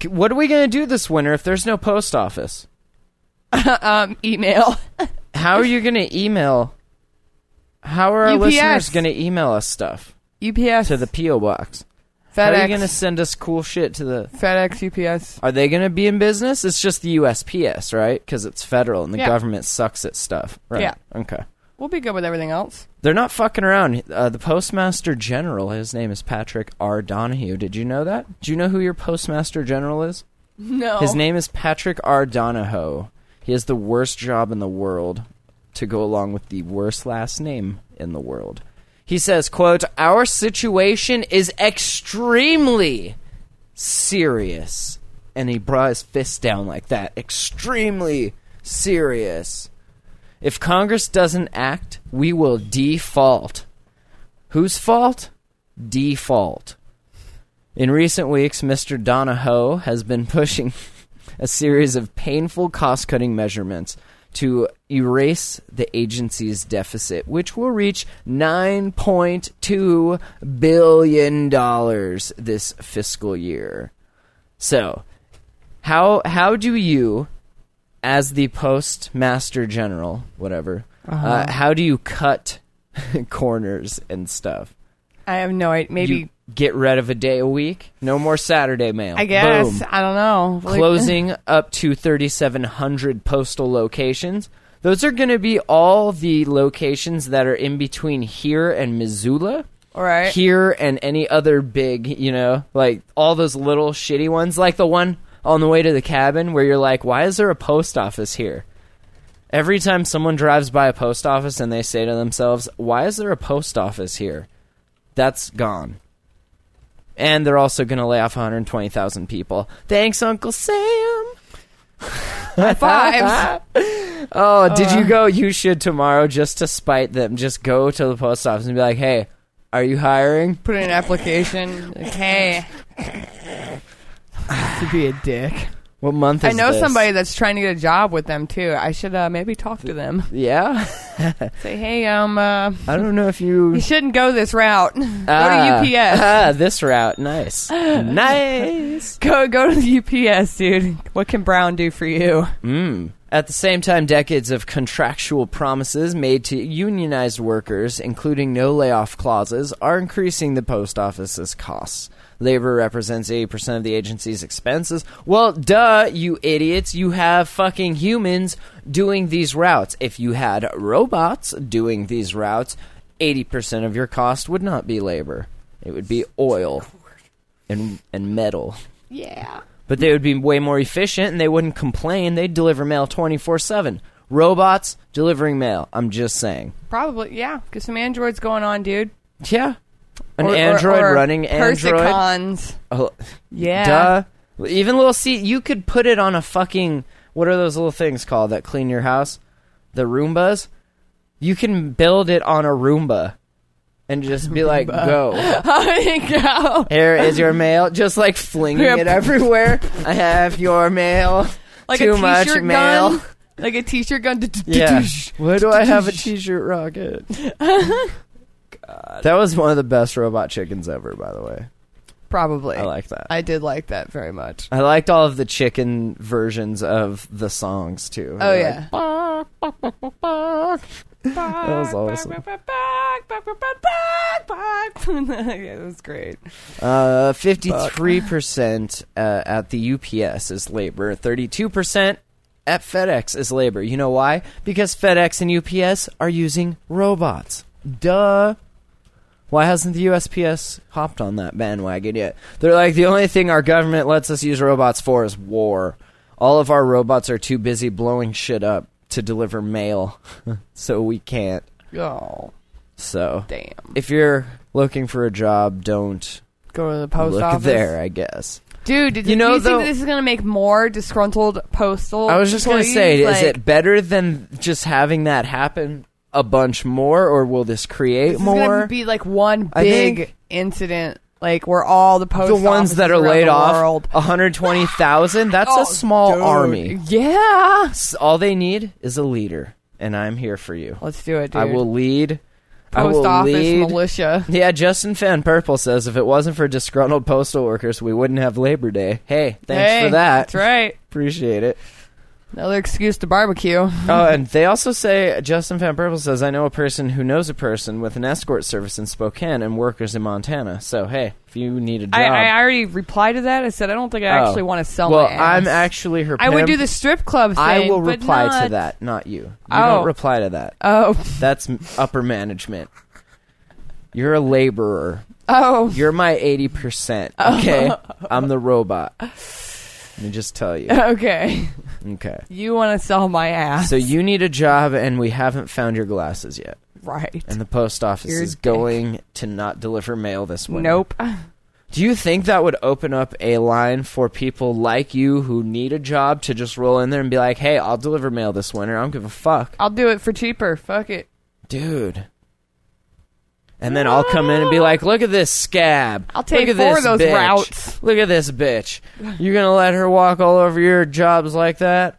[SPEAKER 1] C- What are we going to do this winter if there's no post office?
[SPEAKER 2] Um, email. (laughs)
[SPEAKER 1] How are you going to email? How are our
[SPEAKER 2] UPS.
[SPEAKER 1] listeners going to email us stuff
[SPEAKER 2] UPS
[SPEAKER 1] to the PO box? How are
[SPEAKER 2] FedEx.
[SPEAKER 1] you going to send us cool shit to the?
[SPEAKER 2] FedEx UPS.
[SPEAKER 1] Are they going to be in business? It's just the USPS, right? Because it's federal and the
[SPEAKER 2] Yeah.
[SPEAKER 1] government sucks at stuff. Right.
[SPEAKER 2] Yeah.
[SPEAKER 1] Okay.
[SPEAKER 2] We'll be good with everything else.
[SPEAKER 1] They're not fucking around. Uh, the Postmaster General, his name is Patrick R. Donahue. Did you know that? Do you know who your Postmaster General is?
[SPEAKER 2] No.
[SPEAKER 1] His name is Patrick R. Donahoe. He has the worst job in the world to go along with the worst last name in the world. He says, quote, Our situation is extremely serious. And he brought his fist down like that. Extremely serious. If Congress doesn't act, we will default. Whose fault? Default. In recent weeks, Mr. Donahoe has been pushing (laughs) a series of painful cost cutting measurements to erase the agency's deficit, which will reach $9.2 billion this fiscal year. So, how, how do you, as the postmaster general, whatever, uh how do you cut (laughs) corners and stuff?
[SPEAKER 2] I have no idea. Maybe
[SPEAKER 1] you get rid of a day a week. No more Saturday mail.
[SPEAKER 2] I guess
[SPEAKER 1] Boom.
[SPEAKER 2] I don't know. (laughs) Like-
[SPEAKER 1] Closing up to 3,700 postal locations. Those are going to be all the locations that are in between here and Missoula.
[SPEAKER 2] (laughs) All right. (laughs)
[SPEAKER 1] Here and any other big, you know, like all those little shitty ones, like the one on the way to the cabin where you're like, why is there a post office here? Every time someone drives by a post office and they say to themselves, why is there a post office here? That's gone. And they're also going to lay off 120,000 people. Thanks, Uncle Sam.
[SPEAKER 2] Oh, High
[SPEAKER 1] (laughs)
[SPEAKER 2] fives.
[SPEAKER 1] Oh, did
[SPEAKER 2] uh.
[SPEAKER 1] you go? You should tomorrow just to spite them. Just go to the post office and be like, hey, are you hiring?
[SPEAKER 2] Put in an application. Like, hey, to be a dick.
[SPEAKER 1] What month
[SPEAKER 2] I
[SPEAKER 1] is
[SPEAKER 2] know
[SPEAKER 1] this?"
[SPEAKER 2] somebody that's trying to get a job with them too. I should uh, maybe talk to them.
[SPEAKER 1] Yeah?
[SPEAKER 2] Say, hey, um, uh,
[SPEAKER 1] I don't know if you.
[SPEAKER 2] you shouldn't go this route. (laughs)
[SPEAKER 1] Ah,
[SPEAKER 2] go
[SPEAKER 1] (laughs)
[SPEAKER 2] to UPS.
[SPEAKER 1] Ah, this route. Nice. nice.
[SPEAKER 2] go go to the UPS, dude. What can Brown do for you?
[SPEAKER 1] At the same time, decades of contractual promises made to unionized workers, including no layoff clauses, are increasing the post office's costs. Labor represents 80% of the agency's expenses. Well, duh, you idiots. You have fucking humans doing these routes. If you had robots doing these routes, 80% of your cost would not be labor, it would be oil and, and metal
[SPEAKER 2] Yeah.
[SPEAKER 1] but they would be way more efficient and they wouldn't complain. They'd deliver mail 24 7. Robots delivering mail. I'm just saying.
[SPEAKER 2] Probably. Yeah. Get some androids going on, dude.
[SPEAKER 1] Yeah. An
[SPEAKER 2] Or- or-
[SPEAKER 1] Android
[SPEAKER 2] or
[SPEAKER 1] running Android.
[SPEAKER 2] Persicons.
[SPEAKER 1] Oh,
[SPEAKER 2] Yeah. (laughs)
[SPEAKER 1] Duh. Even little seat. You could put it on a fucking. What are those little things called that clean your house? The Roombas? You can build it on a Roomba and just be like, go.
[SPEAKER 2] go.
[SPEAKER 1] Here is your mail. Just
[SPEAKER 2] (laughs)
[SPEAKER 1] like flinging
[SPEAKER 2] Yeah.
[SPEAKER 1] it everywhere. I have your mail.
[SPEAKER 2] Like
[SPEAKER 1] Too
[SPEAKER 2] a
[SPEAKER 1] much
[SPEAKER 2] t-shirt
[SPEAKER 1] mail.
[SPEAKER 2] gun. Like a t-shirt gun. (laughs)
[SPEAKER 1] Yeah. Why do I have a t-shirt (laughs) rocket? God. That was one of the best robot chickens ever, by the way.
[SPEAKER 2] Probably.
[SPEAKER 1] I like that. I,
[SPEAKER 2] I did like that very much.
[SPEAKER 1] liked all of the chicken versions of the songs too.
[SPEAKER 2] Oh
[SPEAKER 1] Like,
[SPEAKER 2] yeah. (laughs)
[SPEAKER 1] That was awesome. (laughs)
[SPEAKER 2] yeah, that was great.
[SPEAKER 1] Uh, 53% uh, at the UPS is labor. 32% at FedEx is labor. You know why? Because FedEx and UPS are using robots. Duh. Why hasn't the USPS hopped on that bandwagon yet? They're like, the only thing our government lets us use robots for is war. All of our robots are too busy blowing shit up to deliver mail, (laughs) so we can't.
[SPEAKER 2] Oh,
[SPEAKER 1] So,
[SPEAKER 2] damn.
[SPEAKER 1] if you're looking for a job, don't
[SPEAKER 2] Go to the post
[SPEAKER 1] look
[SPEAKER 2] office.
[SPEAKER 1] there, I guess.
[SPEAKER 2] Dude, did,
[SPEAKER 1] You know,
[SPEAKER 2] do you
[SPEAKER 1] though-
[SPEAKER 2] think this is going to make more disgruntled postal?
[SPEAKER 1] I was just going to
[SPEAKER 2] employees?
[SPEAKER 1] say,
[SPEAKER 2] Like,
[SPEAKER 1] is it better than just having that happen a bunch more, or will this create
[SPEAKER 2] this is gonna
[SPEAKER 1] more?
[SPEAKER 2] be like one
[SPEAKER 1] I
[SPEAKER 2] big
[SPEAKER 1] think-
[SPEAKER 2] incident, like where all the post
[SPEAKER 1] the ones that are
[SPEAKER 2] offices around
[SPEAKER 1] laid
[SPEAKER 2] the
[SPEAKER 1] off,
[SPEAKER 2] world-
[SPEAKER 1] 120,000, that's
[SPEAKER 2] Oh,
[SPEAKER 1] a small
[SPEAKER 2] dude.
[SPEAKER 1] army.
[SPEAKER 2] Yeah,
[SPEAKER 1] S- All they need is a leader, and I'm here for you.
[SPEAKER 2] let's do it, dude.
[SPEAKER 1] I will lead. I
[SPEAKER 2] Post
[SPEAKER 1] will
[SPEAKER 2] office
[SPEAKER 1] lead.
[SPEAKER 2] militia.
[SPEAKER 1] Yeah, Justin Fan Purple says if it wasn't for disgruntled postal workers, we wouldn't have Labor Day. Hey, thanks
[SPEAKER 2] Hey,
[SPEAKER 1] for that.
[SPEAKER 2] That's right.
[SPEAKER 1] (laughs) Appreciate it.
[SPEAKER 2] Another excuse to barbecue.
[SPEAKER 1] Oh, and they also say Justin Van Purple says, "I know a person who knows a person with an escort service in Spokane and workers in Montana." So hey, if you need a job,
[SPEAKER 2] I, I already replied to that. I said I don't think I
[SPEAKER 1] Oh.
[SPEAKER 2] actually want to sell
[SPEAKER 1] Well,
[SPEAKER 2] my ass.
[SPEAKER 1] I'm actually her.
[SPEAKER 2] I would
[SPEAKER 1] pimp.
[SPEAKER 2] do the strip club thing.
[SPEAKER 1] I will
[SPEAKER 2] but
[SPEAKER 1] reply to
[SPEAKER 2] not-
[SPEAKER 1] that, not you. You
[SPEAKER 2] Oh.
[SPEAKER 1] don't reply to that.
[SPEAKER 2] Oh,
[SPEAKER 1] That's m- upper management. You're a laborer.
[SPEAKER 2] oh,
[SPEAKER 1] You're my eighty percent. Okay, I'm the robot. Let me just tell
[SPEAKER 2] (laughs)
[SPEAKER 1] you.
[SPEAKER 2] (laughs) okay.
[SPEAKER 1] Okay,
[SPEAKER 2] You want to sell my ass,
[SPEAKER 1] so you need a job, and we haven't found your glasses yet.
[SPEAKER 2] right?
[SPEAKER 1] And the post office
[SPEAKER 2] You're
[SPEAKER 1] is
[SPEAKER 2] a dick.
[SPEAKER 1] going to not deliver mail this winter.
[SPEAKER 2] Nope.
[SPEAKER 1] Do you think that would open up a line for people like you who need a job to just roll in there and be like, "Hey, I'll deliver mail this winter. I don't give a fuck,
[SPEAKER 2] I'll do it for cheaper. Fuck it.
[SPEAKER 1] dude." And then I'll come in and be like, "Look at this scab.
[SPEAKER 2] Ah. I'll take
[SPEAKER 1] Look at
[SPEAKER 2] four of
[SPEAKER 1] this
[SPEAKER 2] those
[SPEAKER 1] bitch.
[SPEAKER 2] routes."
[SPEAKER 1] Look at this bitch. You're gonna let her walk all over your jobs like that?"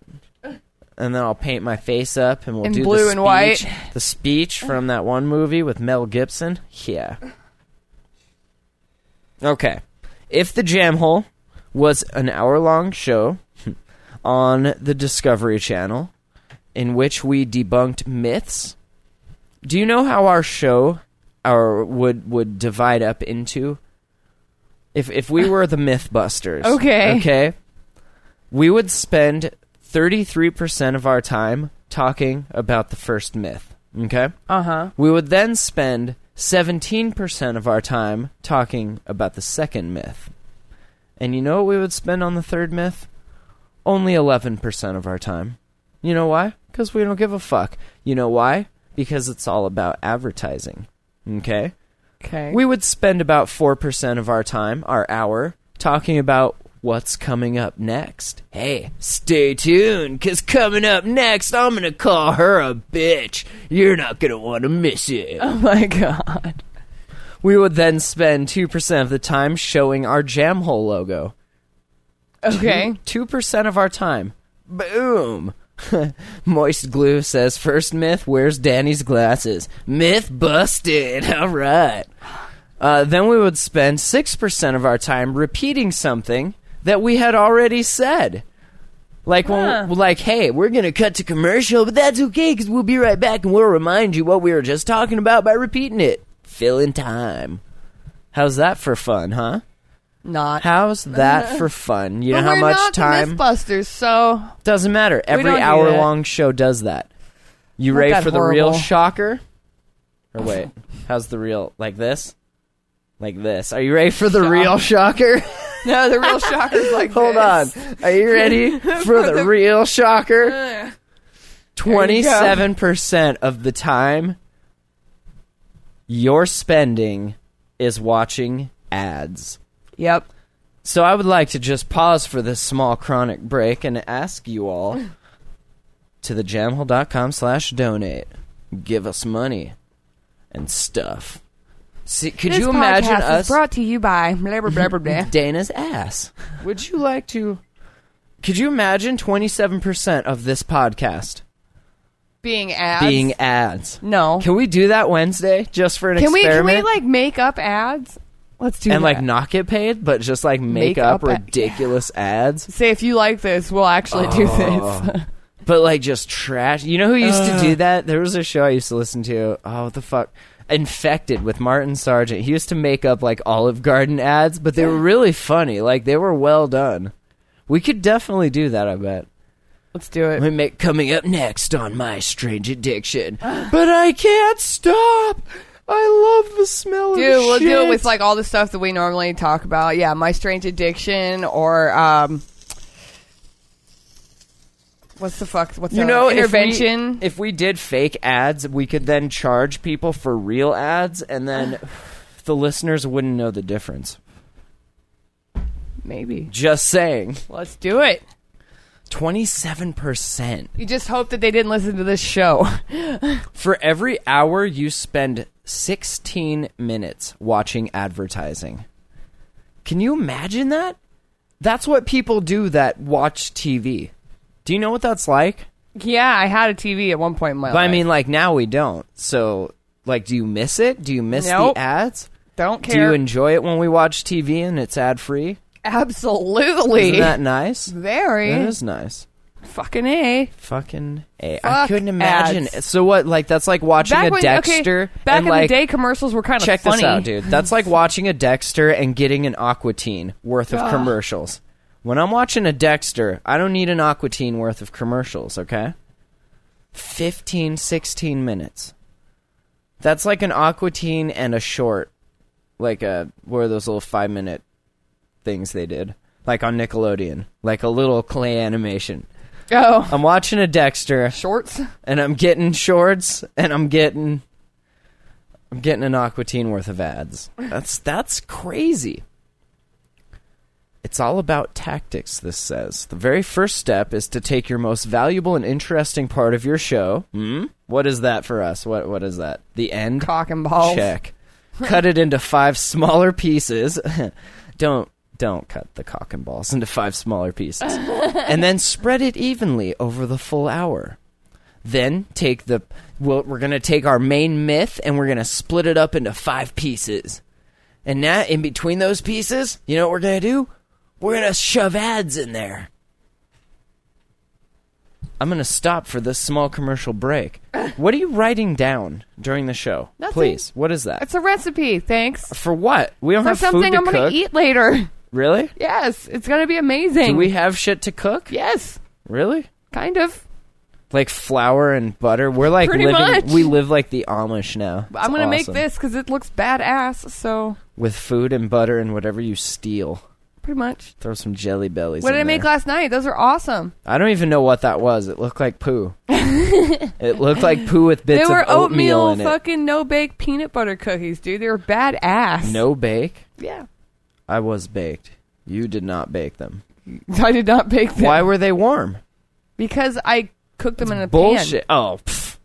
[SPEAKER 1] And then I'll paint my face up and we'll
[SPEAKER 2] In
[SPEAKER 1] do the
[SPEAKER 2] blue and white.
[SPEAKER 1] speech- The speech from that one movie with Mel Gibson. Yeah. Okay. If the jam hole was an hour long show (laughs) on the Discovery Channel in which we debunked myths, do you know how our show our would would divide up into? If if we were the Mythbusters.
[SPEAKER 2] Okay.
[SPEAKER 1] Okay. We would spend thirty three percent of our time talking about the first myth. Okay?
[SPEAKER 2] Uh huh.
[SPEAKER 1] We would then spend 17% of our time talking about the second myth. And you know what we would spend on the third myth? Only 11% of our time. You know why? Because we don't give a fuck. You know why? Because it's all about advertising. Okay?
[SPEAKER 2] Okay.
[SPEAKER 1] We would spend about 4% of our time, our hour, talking about what's coming up next. Hey, stay tuned, because coming up next, I'm going to call her a bitch. You're not going to want to miss it.
[SPEAKER 2] oh (laughs) my god.
[SPEAKER 1] We would then spend 2% of the time showing our Jamhole logo.
[SPEAKER 2] Okay.
[SPEAKER 1] 2% of our time. Boom. (laughs) Moist Glue says First myth, where's Danny's glasses? Myth busted. (laughs) All right. Uh, then we would spend 6% of our time repeating something that we had already said. Like when,
[SPEAKER 2] Huh.
[SPEAKER 1] like, hey, we're gonna cut to commercial, but that's okay because we'll be right back and we'll remind you what we were just talking about by repeating it. Fill in time. How's that for fun, huh?
[SPEAKER 2] (laughs) Not.
[SPEAKER 1] (laughs) How's that for fun? You know
[SPEAKER 2] But
[SPEAKER 1] how
[SPEAKER 2] we're
[SPEAKER 1] much
[SPEAKER 2] not the
[SPEAKER 1] time
[SPEAKER 2] Mythbusters, so
[SPEAKER 1] doesn't matter. Every
[SPEAKER 2] don't do
[SPEAKER 1] hour
[SPEAKER 2] that.
[SPEAKER 1] long show does that. You
[SPEAKER 2] Not
[SPEAKER 1] ready
[SPEAKER 2] that
[SPEAKER 1] for the real
[SPEAKER 2] horrible.
[SPEAKER 1] shocker? Or (laughs) wait, how's the real like this? Like this. Are you ready for the real shocker? (laughs)
[SPEAKER 2] no, the real shocker's like.
[SPEAKER 1] Hold on.
[SPEAKER 2] this.
[SPEAKER 1] Are you (laughs) ready for the real (laughs) shocker?
[SPEAKER 2] on. you go.
[SPEAKER 1] 27% of the time you're spending is watching ads.
[SPEAKER 2] Yep.
[SPEAKER 1] So I would like to just pause for this small chronic break and ask you
[SPEAKER 2] (laughs)
[SPEAKER 1] all to thejamhole.com slash donate. Give us money and stuff. See, could
[SPEAKER 2] This
[SPEAKER 1] you imagine
[SPEAKER 2] podcast is
[SPEAKER 1] us
[SPEAKER 2] brought to you by blabber
[SPEAKER 1] (laughs)
[SPEAKER 2] blabber blah.
[SPEAKER 1] Dana's ass? Would you like to Could you imagine 27% of this podcast
[SPEAKER 2] being ads.
[SPEAKER 1] being ads?
[SPEAKER 2] no.
[SPEAKER 1] Can we do that Wednesday just for an
[SPEAKER 2] Can we can
[SPEAKER 1] experiment?
[SPEAKER 2] we like make up ads? Let's do
[SPEAKER 1] and
[SPEAKER 2] that.
[SPEAKER 1] like not get paid, but just like make,
[SPEAKER 2] Make
[SPEAKER 1] up,
[SPEAKER 2] up ad-
[SPEAKER 1] ridiculous ads.
[SPEAKER 2] say if you like this, we'll actually do this. (laughs) Uh.
[SPEAKER 1] but like just trash. You know who used to do that? There was a show I used to listen to. Oh, what the fuck! infected with Martin Sargent. He used to make up like Olive Garden ads, but they were really funny. Like they were well done. We could definitely do that, I bet.
[SPEAKER 2] Let's do it.
[SPEAKER 1] We make coming up next on my strange
[SPEAKER 2] (gasps)
[SPEAKER 1] addiction. but I can't stop. I love the smell
[SPEAKER 2] Dude,
[SPEAKER 1] of
[SPEAKER 2] we'll
[SPEAKER 1] shit.
[SPEAKER 2] do it with like all the stuff that we normally talk about. Yeah, my strange addiction or um, what's the fuck? What's
[SPEAKER 1] you
[SPEAKER 2] the
[SPEAKER 1] know if we-
[SPEAKER 2] intervention?
[SPEAKER 1] If we, did fake ads, we could then charge people for real ads, and
[SPEAKER 2] (sighs)
[SPEAKER 1] then the listeners wouldn't know the difference.
[SPEAKER 2] Maybe.
[SPEAKER 1] Just saying,
[SPEAKER 2] Let's do it.
[SPEAKER 1] twenty-seven percent
[SPEAKER 2] You just hope that they didn't listen to this show. (laughs)
[SPEAKER 1] for every hour you spend sixteen minutes watching advertising. Can you imagine that? That's what people do that watch TV. Do you know what that's like?
[SPEAKER 2] yeah, I had a TV at one point in my
[SPEAKER 1] But
[SPEAKER 2] life.
[SPEAKER 1] I mean, like now we don't. So, like, do you miss it? Do you miss
[SPEAKER 2] Nope.
[SPEAKER 1] the ads?
[SPEAKER 2] don't
[SPEAKER 1] Do
[SPEAKER 2] care.
[SPEAKER 1] you enjoy it when we watch TV and it's ad free?
[SPEAKER 2] Absolutely.
[SPEAKER 1] Isn't that nice?
[SPEAKER 2] Very
[SPEAKER 1] That is nice.
[SPEAKER 2] fucking a.
[SPEAKER 1] Fucking a. I
[SPEAKER 2] Fuck
[SPEAKER 1] couldn't imagine.
[SPEAKER 2] ads.
[SPEAKER 1] So what? Like that's like watching
[SPEAKER 2] Back
[SPEAKER 1] a
[SPEAKER 2] when
[SPEAKER 1] Dexter.
[SPEAKER 2] okay, back
[SPEAKER 1] and
[SPEAKER 2] in
[SPEAKER 1] like,
[SPEAKER 2] the day, commercials were kind of
[SPEAKER 1] Check
[SPEAKER 2] funny.
[SPEAKER 1] this out, dude. That's like watching a Dexter and getting an Aquatine worth of commercials. When I'm watching a Dexter, I don't need an Aquatine worth of commercials, okay? 15, 16 minutes. That's like an Aquatine and a short. Like a what are those little five minute things they did? Like on Nickelodeon. Like a little clay animation.
[SPEAKER 2] Oh,
[SPEAKER 1] I'm watching a Dexter
[SPEAKER 2] shorts.
[SPEAKER 1] and I'm getting shorts and I'm getting I'm getting an Aquatine worth of ads. That's that's crazy. It's all about tactics, this says. The very first step is to take your most valuable and interesting part of your show. Hmm? What is that for us? What what is that? The end?
[SPEAKER 2] Cock and balls.
[SPEAKER 1] Check. cut it into five smaller pieces. (laughs) don't don't cut the cock and balls into five smaller pieces. and then spread it evenly over the full hour. Then take the well, we're going to take our main myth and we're going to split it up into five pieces. And now in between those pieces, you know what we're going to do? We're going to shove ads in there. I'm going to stop for this small commercial
[SPEAKER 2] (laughs)
[SPEAKER 1] break. What are you writing down during the show?
[SPEAKER 2] Nothing.
[SPEAKER 1] Please. What is that?
[SPEAKER 2] It's a recipe. Thanks
[SPEAKER 1] For what? We don't
[SPEAKER 2] for
[SPEAKER 1] have food
[SPEAKER 2] something
[SPEAKER 1] to
[SPEAKER 2] I'm
[SPEAKER 1] cook.
[SPEAKER 2] gonna eat later. (laughs)
[SPEAKER 1] Really?
[SPEAKER 2] Yes, it's gonna be amazing.
[SPEAKER 1] Do we have shit to cook?
[SPEAKER 2] yes,
[SPEAKER 1] Really?
[SPEAKER 2] kind of.
[SPEAKER 1] Like flour and butter. We're like
[SPEAKER 2] Pretty
[SPEAKER 1] living.
[SPEAKER 2] much.
[SPEAKER 1] We live like the Amish now. It's
[SPEAKER 2] I'm gonna make
[SPEAKER 1] awesome.
[SPEAKER 2] this because it looks badass. So
[SPEAKER 1] with food and butter and whatever you steal.
[SPEAKER 2] pretty much.
[SPEAKER 1] Throw some jelly bellies.
[SPEAKER 2] What did
[SPEAKER 1] in
[SPEAKER 2] I make
[SPEAKER 1] there.
[SPEAKER 2] last night? Those are awesome.
[SPEAKER 1] I don't even know what that was. It looked like
[SPEAKER 2] (laughs)
[SPEAKER 1] poo. it looked like poo with bits
[SPEAKER 2] they were
[SPEAKER 1] of oatmeal, in it.
[SPEAKER 2] fucking no bake peanut butter cookies, dude. They were badass.
[SPEAKER 1] No bake.
[SPEAKER 2] Yeah. (laughs)
[SPEAKER 1] I was baked. You did not bake them.
[SPEAKER 2] I did not bake them
[SPEAKER 1] Why were they warm?
[SPEAKER 2] because I cooked them in a
[SPEAKER 1] Bullshit. Oh, pff,
[SPEAKER 2] pan.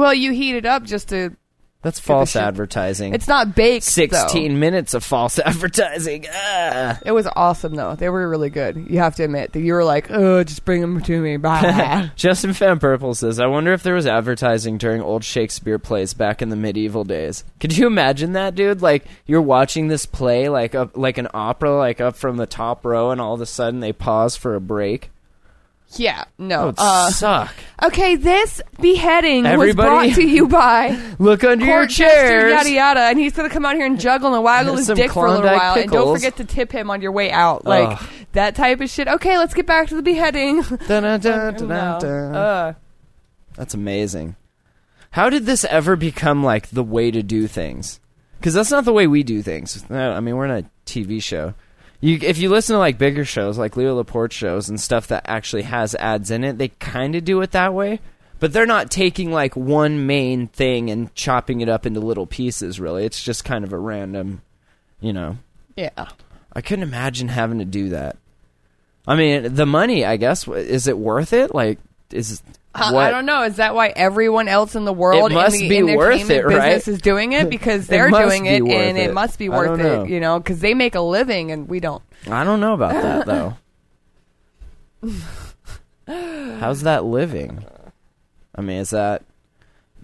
[SPEAKER 2] Well, you heat it up just to.
[SPEAKER 1] that's false
[SPEAKER 2] shit-
[SPEAKER 1] advertising.
[SPEAKER 2] It's not baked. though.
[SPEAKER 1] 16 minutes of false (laughs) advertising. Ah.
[SPEAKER 2] It was awesome though. They were really good. You have to admit that you were like, oh, just bring them to
[SPEAKER 1] (laughs)
[SPEAKER 2] me. Bye.
[SPEAKER 1] Justin Fan Purple says, I wonder if there was advertising during old Shakespeare plays back in the medieval days. Could you imagine that, dude? Like you're watching this play like up like an opera, like up from the top row, and all of a sudden they pause for a break.
[SPEAKER 2] yeah.
[SPEAKER 1] That
[SPEAKER 2] No.
[SPEAKER 1] would
[SPEAKER 2] Uh,
[SPEAKER 1] suck.
[SPEAKER 2] okay. This beheading was
[SPEAKER 1] Everybody-
[SPEAKER 2] brought to you by.
[SPEAKER 1] Look under (laughs) your
[SPEAKER 2] Court Jester,
[SPEAKER 1] chairs.
[SPEAKER 2] yada yada, and he's gonna come out here and juggle
[SPEAKER 1] (laughs)
[SPEAKER 2] and waggle his
[SPEAKER 1] Some
[SPEAKER 2] dick for a little
[SPEAKER 1] Klondike
[SPEAKER 2] while, and don't
[SPEAKER 1] pickles.
[SPEAKER 2] forget to tip him on your way out, like
[SPEAKER 1] Ugh.
[SPEAKER 2] that type of shit. Okay, let's get back to the beheading.
[SPEAKER 1] Dun-dun-dun,
[SPEAKER 2] Oh, (laughs) no.
[SPEAKER 1] dun-dun.
[SPEAKER 2] Uh,
[SPEAKER 1] That's amazing. How did this ever become like the way to do things? Because that's not the way we do things. No, I mean we're not a TV show. You, if you listen to like bigger shows, like Leo Laporte shows and stuff that actually has ads in it, they kind of do it that way. But they're not taking like one main thing and chopping it up into little pieces. Really, it's just kind of a random, you know.
[SPEAKER 2] yeah,
[SPEAKER 1] I couldn't imagine having to do that. I mean, the money. I guess w- is it worth it? Like, is
[SPEAKER 2] I-
[SPEAKER 1] what?
[SPEAKER 2] I don't know. Is that why everyone else in the world
[SPEAKER 1] It must
[SPEAKER 2] in the
[SPEAKER 1] be
[SPEAKER 2] entertainment
[SPEAKER 1] worth it, right?
[SPEAKER 2] business is doing it because they're
[SPEAKER 1] must
[SPEAKER 2] doing
[SPEAKER 1] be
[SPEAKER 2] it,
[SPEAKER 1] worth
[SPEAKER 2] and it.
[SPEAKER 1] it.
[SPEAKER 2] must be
[SPEAKER 1] I
[SPEAKER 2] worth
[SPEAKER 1] don't
[SPEAKER 2] it,
[SPEAKER 1] know.
[SPEAKER 2] you know, because they make a living and we don't.
[SPEAKER 1] I don't know about that
[SPEAKER 2] (laughs)
[SPEAKER 1] though. How's that living? I mean, is that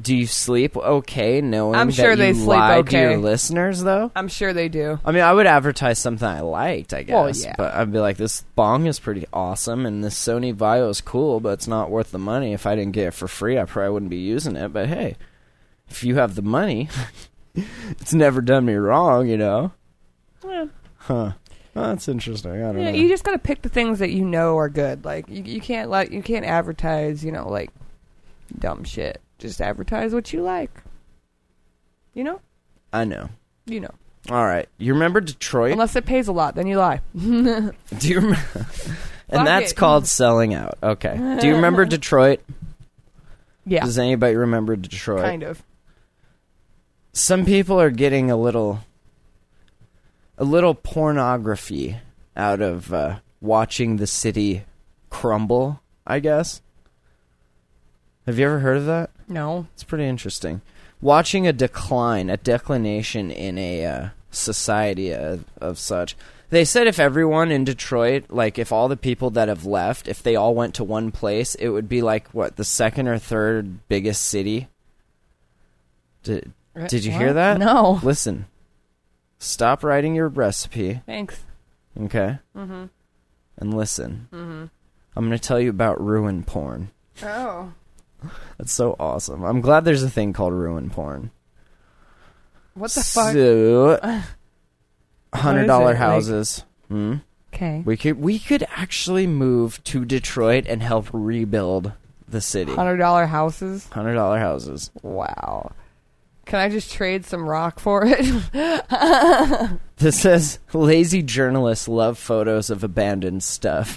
[SPEAKER 1] do you sleep okay knowing
[SPEAKER 2] I'm
[SPEAKER 1] that
[SPEAKER 2] sure
[SPEAKER 1] you
[SPEAKER 2] they sleep
[SPEAKER 1] lied to
[SPEAKER 2] okay.
[SPEAKER 1] your listeners though?
[SPEAKER 2] I'm sure they do.
[SPEAKER 1] I mean, I would advertise something I liked, I guess,
[SPEAKER 2] Well, yeah.
[SPEAKER 1] but I'd be like, "This bong is pretty awesome, and this Sony Vaio is cool, but it's not worth the money. (laughs) If I didn't get it for free, I probably wouldn't be using it. But hey, if you have the money, it's never done me wrong, you know. Huh. Well, that's interesting. I don't
[SPEAKER 2] Yeah,
[SPEAKER 1] know.
[SPEAKER 2] you just gotta pick the things that you know are good. Like you, you can't let you can't advertise, you know, like dumb shit. Just advertise what you like. You know,
[SPEAKER 1] I know.
[SPEAKER 2] you know.
[SPEAKER 1] All right. You remember Detroit?
[SPEAKER 2] Unless it pays a lot, then you lie.
[SPEAKER 1] Do you (laughs) remember? and that's
[SPEAKER 2] it.
[SPEAKER 1] called selling out. Okay. Do you
[SPEAKER 2] (laughs)
[SPEAKER 1] remember Detroit?
[SPEAKER 2] Yeah,
[SPEAKER 1] Does anybody remember Detroit?
[SPEAKER 2] kind of.
[SPEAKER 1] Some people are getting a little, a little pornography out of uh, watching the city crumble. I guess. Have you ever heard of that?
[SPEAKER 2] No,
[SPEAKER 1] It's pretty interesting. Watching a decline, a declination in a uh, society of, of such. They said if everyone in Detroit, like if all the people that have left, if they all went to one place, it would be like what the second or third biggest city. Did Did you hear
[SPEAKER 2] what?
[SPEAKER 1] that?
[SPEAKER 2] No.
[SPEAKER 1] Listen. Stop writing your recipe,
[SPEAKER 2] thanks.
[SPEAKER 1] okay? Mm-hmm. And listen. Mm-hmm. I'm going to tell you about ruin porn.
[SPEAKER 2] Oh,
[SPEAKER 1] That's so awesome. I'm glad there's a thing called ruin porn.
[SPEAKER 2] what the fuck?
[SPEAKER 1] So, hundred
[SPEAKER 2] What is it,
[SPEAKER 1] dollar
[SPEAKER 2] like-
[SPEAKER 1] houses. hmm?
[SPEAKER 2] Okay,
[SPEAKER 1] We could we could actually move to Detroit and help rebuild the city.
[SPEAKER 2] hundred dollar houses.
[SPEAKER 1] Hundred dollar houses.
[SPEAKER 2] Wow. Can I just trade some rock for it? (laughs)
[SPEAKER 1] This says lazy journalists love photos of abandoned stuff.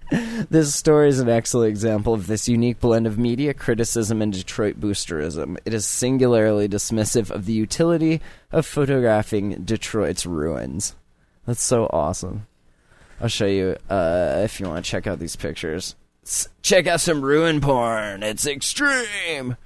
[SPEAKER 1] (laughs) this story is an excellent example of this unique blend of media criticism and Detroit boosterism. It is singularly dismissive of the utility of photographing Detroit's ruins. That's so awesome. I'll show you uh, if you want to check out these pictures. S- check out some ruin porn. It's extreme.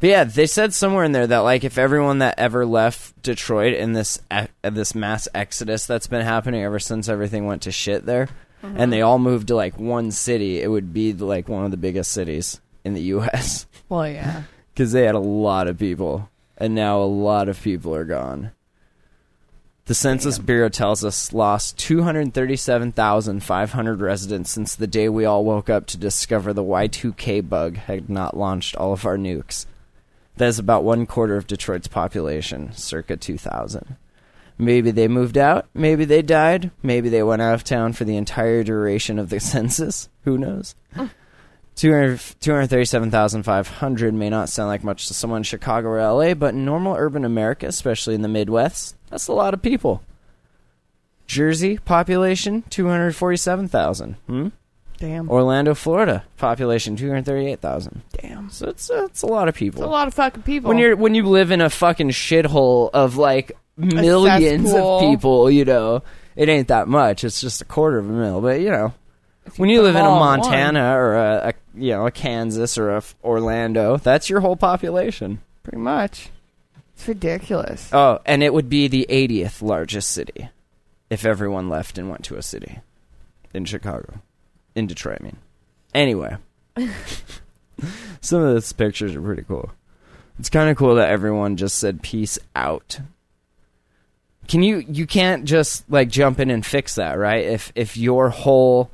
[SPEAKER 1] But yeah, they said somewhere in there that like if everyone that ever left Detroit in this e- this mass exodus that's been happening ever since everything went to shit there, and they all moved to like one city, it would be like one of the biggest cities in the U.S.
[SPEAKER 2] well, yeah.
[SPEAKER 1] because they had a lot of people, and now a lot of people are gone. The Census Bureau tells us lost 237,500 residents since the day we all woke up to discover the Y2K bug had not launched all of our nukes. That is about one quarter of Detroit's population, circa 2000. Maybe they moved out, maybe they died, maybe they went out of town for the entire duration of the (laughs) census. Who knows? 200 237,500 may not sound like much to someone in Chicago or LA, but in normal urban America, especially in the Midwest, that's a lot of people. Jersey population 247,000. Hmm?
[SPEAKER 2] Damn.
[SPEAKER 1] Orlando, Florida population 238,000.
[SPEAKER 2] Damn. It's
[SPEAKER 1] So it's uh, it's a lot of people.
[SPEAKER 2] a lot of fucking people.
[SPEAKER 1] when you're when you live in a fucking shithole of like millions of
[SPEAKER 2] cesspool.
[SPEAKER 1] people, you know, it ain't that much. It's just a quarter of a mil, but you know,
[SPEAKER 2] If
[SPEAKER 1] when you
[SPEAKER 2] put
[SPEAKER 1] live in
[SPEAKER 2] them
[SPEAKER 1] a
[SPEAKER 2] all in one-
[SPEAKER 1] Montana or a, a you know a Kansas or a F- Orlando, that's your whole population.
[SPEAKER 2] pretty much, it's ridiculous.
[SPEAKER 1] Oh, and it would be the 80th largest city if everyone left and went to a city in Chicago, in Detroit. I mean, anyway, (laughs) some of those pictures are pretty cool. It's kind of cool that everyone just said peace out. Can you you can't just like jump in and fix that, right? If if your whole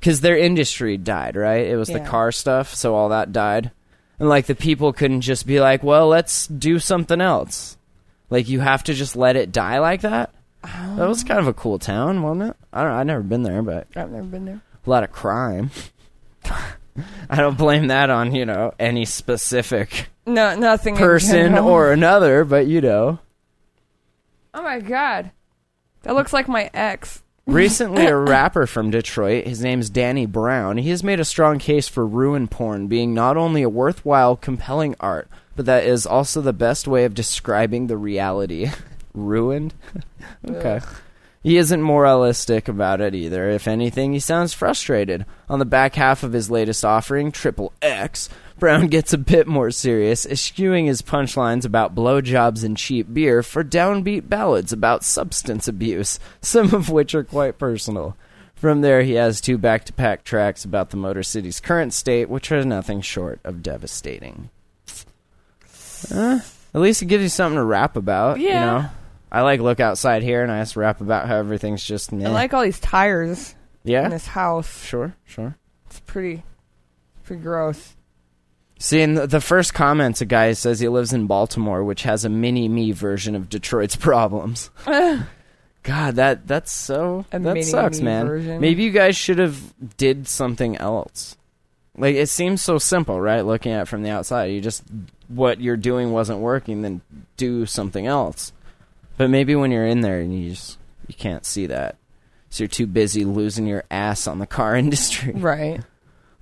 [SPEAKER 1] cuz their industry died, right? It was the
[SPEAKER 2] Yeah.
[SPEAKER 1] car stuff, so all that died. And like the people couldn't just be like, "Well, let's do something else." Like you have to just let it die like that. That was kind of a cool town, wasn't it? I don't. I've never been there, but
[SPEAKER 2] I've never been there.
[SPEAKER 1] a lot of crime. (laughs) I don't blame that on you know any specific
[SPEAKER 2] No, nothing. in
[SPEAKER 1] person
[SPEAKER 2] general.
[SPEAKER 1] or another, but you
[SPEAKER 2] (laughs)
[SPEAKER 1] know.
[SPEAKER 2] Oh my god, that looks like my ex.
[SPEAKER 1] Recently, a rapper from Detroit, his name's Danny Brown, he has made a strong case for ruin porn being not only a worthwhile, compelling art, but that is also the best way of describing the reality. (laughs) Ruined? okay. He isn't moralistic about it either. If anything, he sounds frustrated. On the back half of his latest offering, Triple X, Brown gets a bit more serious, eschewing his punchlines about blowjobs and cheap beer for downbeat ballads about substance abuse, some of which are quite personal. From there, he has two back to back tracks about the Motor City's current state, which are nothing short of devastating. Eh, at least it gives you something to rap about, you
[SPEAKER 2] Yeah.
[SPEAKER 1] know? I like look outside here and I just rap about how everything's just meh.
[SPEAKER 2] I like all these tires in
[SPEAKER 1] yeah.
[SPEAKER 2] this house.
[SPEAKER 1] Sure, sure.
[SPEAKER 2] It's pretty, pretty gross.
[SPEAKER 1] See, in the- the first comments, a guy says he lives in Baltimore, which has a mini me version of Detroit's (laughs)
[SPEAKER 2] (laughs)
[SPEAKER 1] problems. God, that that's so
[SPEAKER 2] A
[SPEAKER 1] that
[SPEAKER 2] mini
[SPEAKER 1] sucks,
[SPEAKER 2] me
[SPEAKER 1] man.
[SPEAKER 2] version.
[SPEAKER 1] Maybe you guys should have did something else. Like it seems so simple, right? Looking at it from the outside, you just what you're doing wasn't working, then do something else. But maybe when you're in there and you just you can't see that, so you're too busy losing your ass on the car (laughs) industry.
[SPEAKER 2] Right.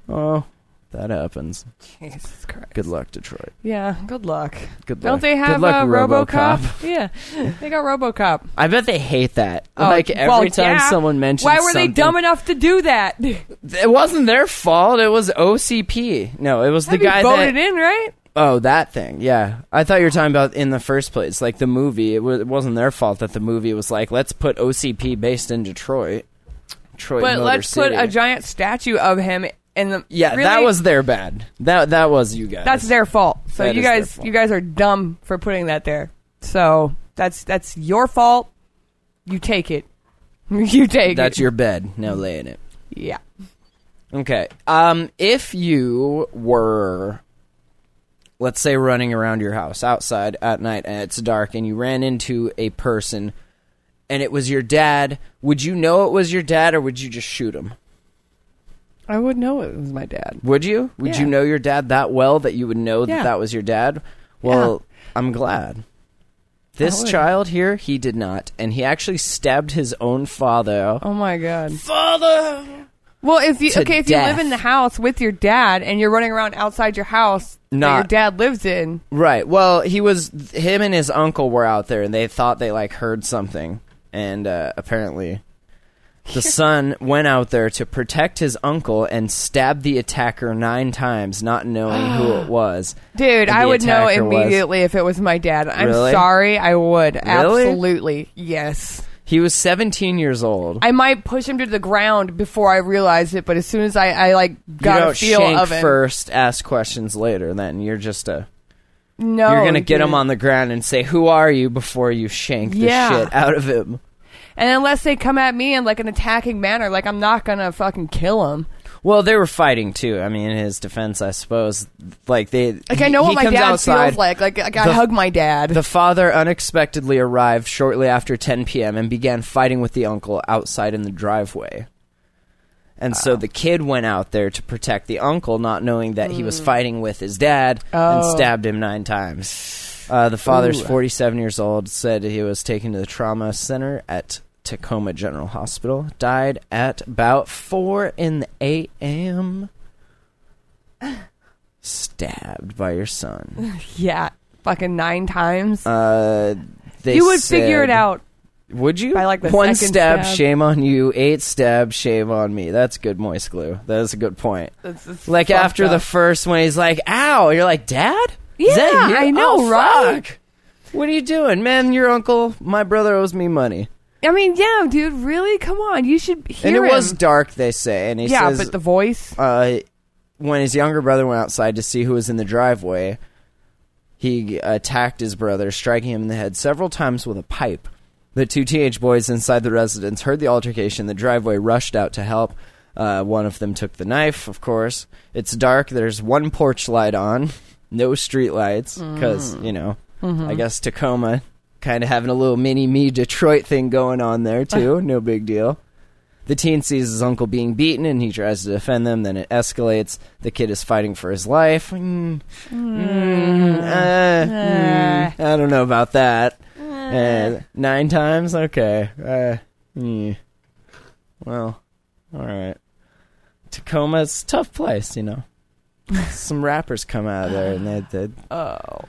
[SPEAKER 1] Oh, that happens.
[SPEAKER 2] Jesus Christ.
[SPEAKER 1] Good luck, Detroit.
[SPEAKER 2] Yeah. Good luck.
[SPEAKER 1] Good luck.
[SPEAKER 2] Don't they have
[SPEAKER 1] Good luck,
[SPEAKER 2] uh,
[SPEAKER 1] RoboCop.
[SPEAKER 2] RoboCop? yeah. They got RoboCop.
[SPEAKER 1] I bet they hate that.
[SPEAKER 2] Oh,
[SPEAKER 1] like every
[SPEAKER 2] well,
[SPEAKER 1] time
[SPEAKER 2] yeah.
[SPEAKER 1] someone mentions
[SPEAKER 2] Why were they dumb
[SPEAKER 1] something-
[SPEAKER 2] enough to do that? (laughs) That'd
[SPEAKER 1] It wasn't their fault. It was OCP. No, it was the
[SPEAKER 2] be
[SPEAKER 1] guy
[SPEAKER 2] voted
[SPEAKER 1] that.
[SPEAKER 2] in, right?
[SPEAKER 1] Oh, that thing. Yeah, I thought you were talking about in the first place, like the movie. It, w- it wasn't their fault that the movie was like, let's put OCP based in Detroit. Detroit
[SPEAKER 2] But
[SPEAKER 1] Motor
[SPEAKER 2] let's
[SPEAKER 1] City.
[SPEAKER 2] put a giant statue of him in the.
[SPEAKER 1] Yeah, that
[SPEAKER 2] Really?
[SPEAKER 1] was their bad. That that was you guys.
[SPEAKER 2] That's their fault. So
[SPEAKER 1] That
[SPEAKER 2] you
[SPEAKER 1] is their
[SPEAKER 2] guys,
[SPEAKER 1] fault.
[SPEAKER 2] you guys are dumb for putting that there. So that's that's your fault. You take it. (laughs) You take
[SPEAKER 1] that's
[SPEAKER 2] it.
[SPEAKER 1] your bed. Now lay in it.
[SPEAKER 2] yeah.
[SPEAKER 1] Okay. Um, if you were, let's say, running around your house outside at night and it's dark and you ran into a person and it was your dad, would you know it was your dad or would you just shoot him?
[SPEAKER 2] I would know it was my dad.
[SPEAKER 1] Would you? Would you
[SPEAKER 2] Yeah.
[SPEAKER 1] know your dad that well that you would know that
[SPEAKER 2] Yeah.
[SPEAKER 1] that was your dad? Well, I'm glad. This
[SPEAKER 2] would.
[SPEAKER 1] child here, he did not, and he actually stabbed his own father.
[SPEAKER 2] Oh my god.
[SPEAKER 1] Father!
[SPEAKER 2] Well, if you
[SPEAKER 1] To
[SPEAKER 2] okay, if you
[SPEAKER 1] death.
[SPEAKER 2] live in the house with your dad and you're running around outside your house that your
[SPEAKER 1] Not-
[SPEAKER 2] dad lives in,
[SPEAKER 1] Right. Well, he was him and his uncle were out there, and they thought they like heard something, and uh, apparently,
[SPEAKER 2] (laughs)
[SPEAKER 1] the son went out there to protect his uncle and stabbed the attacker nine times, not knowing who
[SPEAKER 2] (gasps)
[SPEAKER 1] it was.
[SPEAKER 2] dude,
[SPEAKER 1] And
[SPEAKER 2] I
[SPEAKER 1] the
[SPEAKER 2] would know
[SPEAKER 1] attacker was-
[SPEAKER 2] immediately if it was my dad. I'm
[SPEAKER 1] Really?
[SPEAKER 2] sorry, I would absolutely yes.
[SPEAKER 1] He was 17 years old.
[SPEAKER 2] I might push him to the ground before I realize it, but as soon as I, I like got
[SPEAKER 1] you
[SPEAKER 2] a
[SPEAKER 1] don't
[SPEAKER 2] feel
[SPEAKER 1] shank
[SPEAKER 2] of it,
[SPEAKER 1] first, ask questions later. Then you're just a
[SPEAKER 2] no,
[SPEAKER 1] you're gonna get
[SPEAKER 2] Oh, dude.
[SPEAKER 1] him on the ground and say, "Who are you?" before you shank
[SPEAKER 2] Yeah.
[SPEAKER 1] the shit out of him.
[SPEAKER 2] And unless they come at me in like an attacking manner, like I'm not gonna fucking kill him.
[SPEAKER 1] Well, they were fighting too. I mean, in his defense, I suppose, like they
[SPEAKER 2] Like I
[SPEAKER 1] he-
[SPEAKER 2] know
[SPEAKER 1] he
[SPEAKER 2] what my
[SPEAKER 1] comes
[SPEAKER 2] dad
[SPEAKER 1] outside,
[SPEAKER 2] feels like. Like, like I
[SPEAKER 1] The-
[SPEAKER 2] hug my dad.
[SPEAKER 1] The father unexpectedly arrived shortly after 10 p.m. and began fighting with the uncle outside in the driveway. And so the kid went out there to protect the uncle, not knowing that he was fighting with his dad and
[SPEAKER 2] Hmm. Oh.
[SPEAKER 1] stabbed him nine times. Uh, the father's
[SPEAKER 2] Ooh.
[SPEAKER 1] 47 years old, said he was taken to the trauma center at Tacoma General Hospital. Died at about 4 in the a.m. (sighs) Stabbed by your son.
[SPEAKER 2] (laughs) yeah, fucking nine times.
[SPEAKER 1] Uh, they
[SPEAKER 2] you would figure
[SPEAKER 1] said-
[SPEAKER 2] it out.
[SPEAKER 1] Would you?
[SPEAKER 2] by, like, the
[SPEAKER 1] one
[SPEAKER 2] second
[SPEAKER 1] stab,
[SPEAKER 2] stab.
[SPEAKER 1] shame on you. Eight stab, shame on me. That's good, moist glue. That's a good point.
[SPEAKER 2] That's- that's
[SPEAKER 1] like
[SPEAKER 2] fucked
[SPEAKER 1] after
[SPEAKER 2] up.
[SPEAKER 1] the first one, he's like, "Ow!" You're like, "Dad." Is that
[SPEAKER 2] Yeah,
[SPEAKER 1] you?
[SPEAKER 2] I know,
[SPEAKER 1] Oh,
[SPEAKER 2] right?
[SPEAKER 1] fuck. What are you doing, man? Your uncle, my brother owes me money,
[SPEAKER 2] I mean, yeah, dude, really? Come on, you should hear
[SPEAKER 1] and it
[SPEAKER 2] him.
[SPEAKER 1] was dark. They say, and he
[SPEAKER 2] yeah,
[SPEAKER 1] says,
[SPEAKER 2] but the voice.
[SPEAKER 1] uh, when his younger brother went outside to see who was in the driveway, he attacked his brother, striking him in the head several times with a pipe. The two teenage boys inside the residence heard the altercation in the driveway, rushed out to help. Uh, one of them took the knife, of course. It's dark. There's one porch light on, no street lights, because, you know, I guess Tacoma kind of having a little mini me Detroit thing going on there, too. no big deal. The teen sees his uncle being beaten and he tries to defend them. Then it escalates. The kid is fighting for his life. Mm. Mm. Uh, mm. I don't know about that. Uh, nine times? Okay. Uh, mm. Well, all right. Tacoma's a tough place, you
[SPEAKER 2] (laughs)
[SPEAKER 1] know. Some rappers come out of there and they, they,
[SPEAKER 2] (sighs) oh,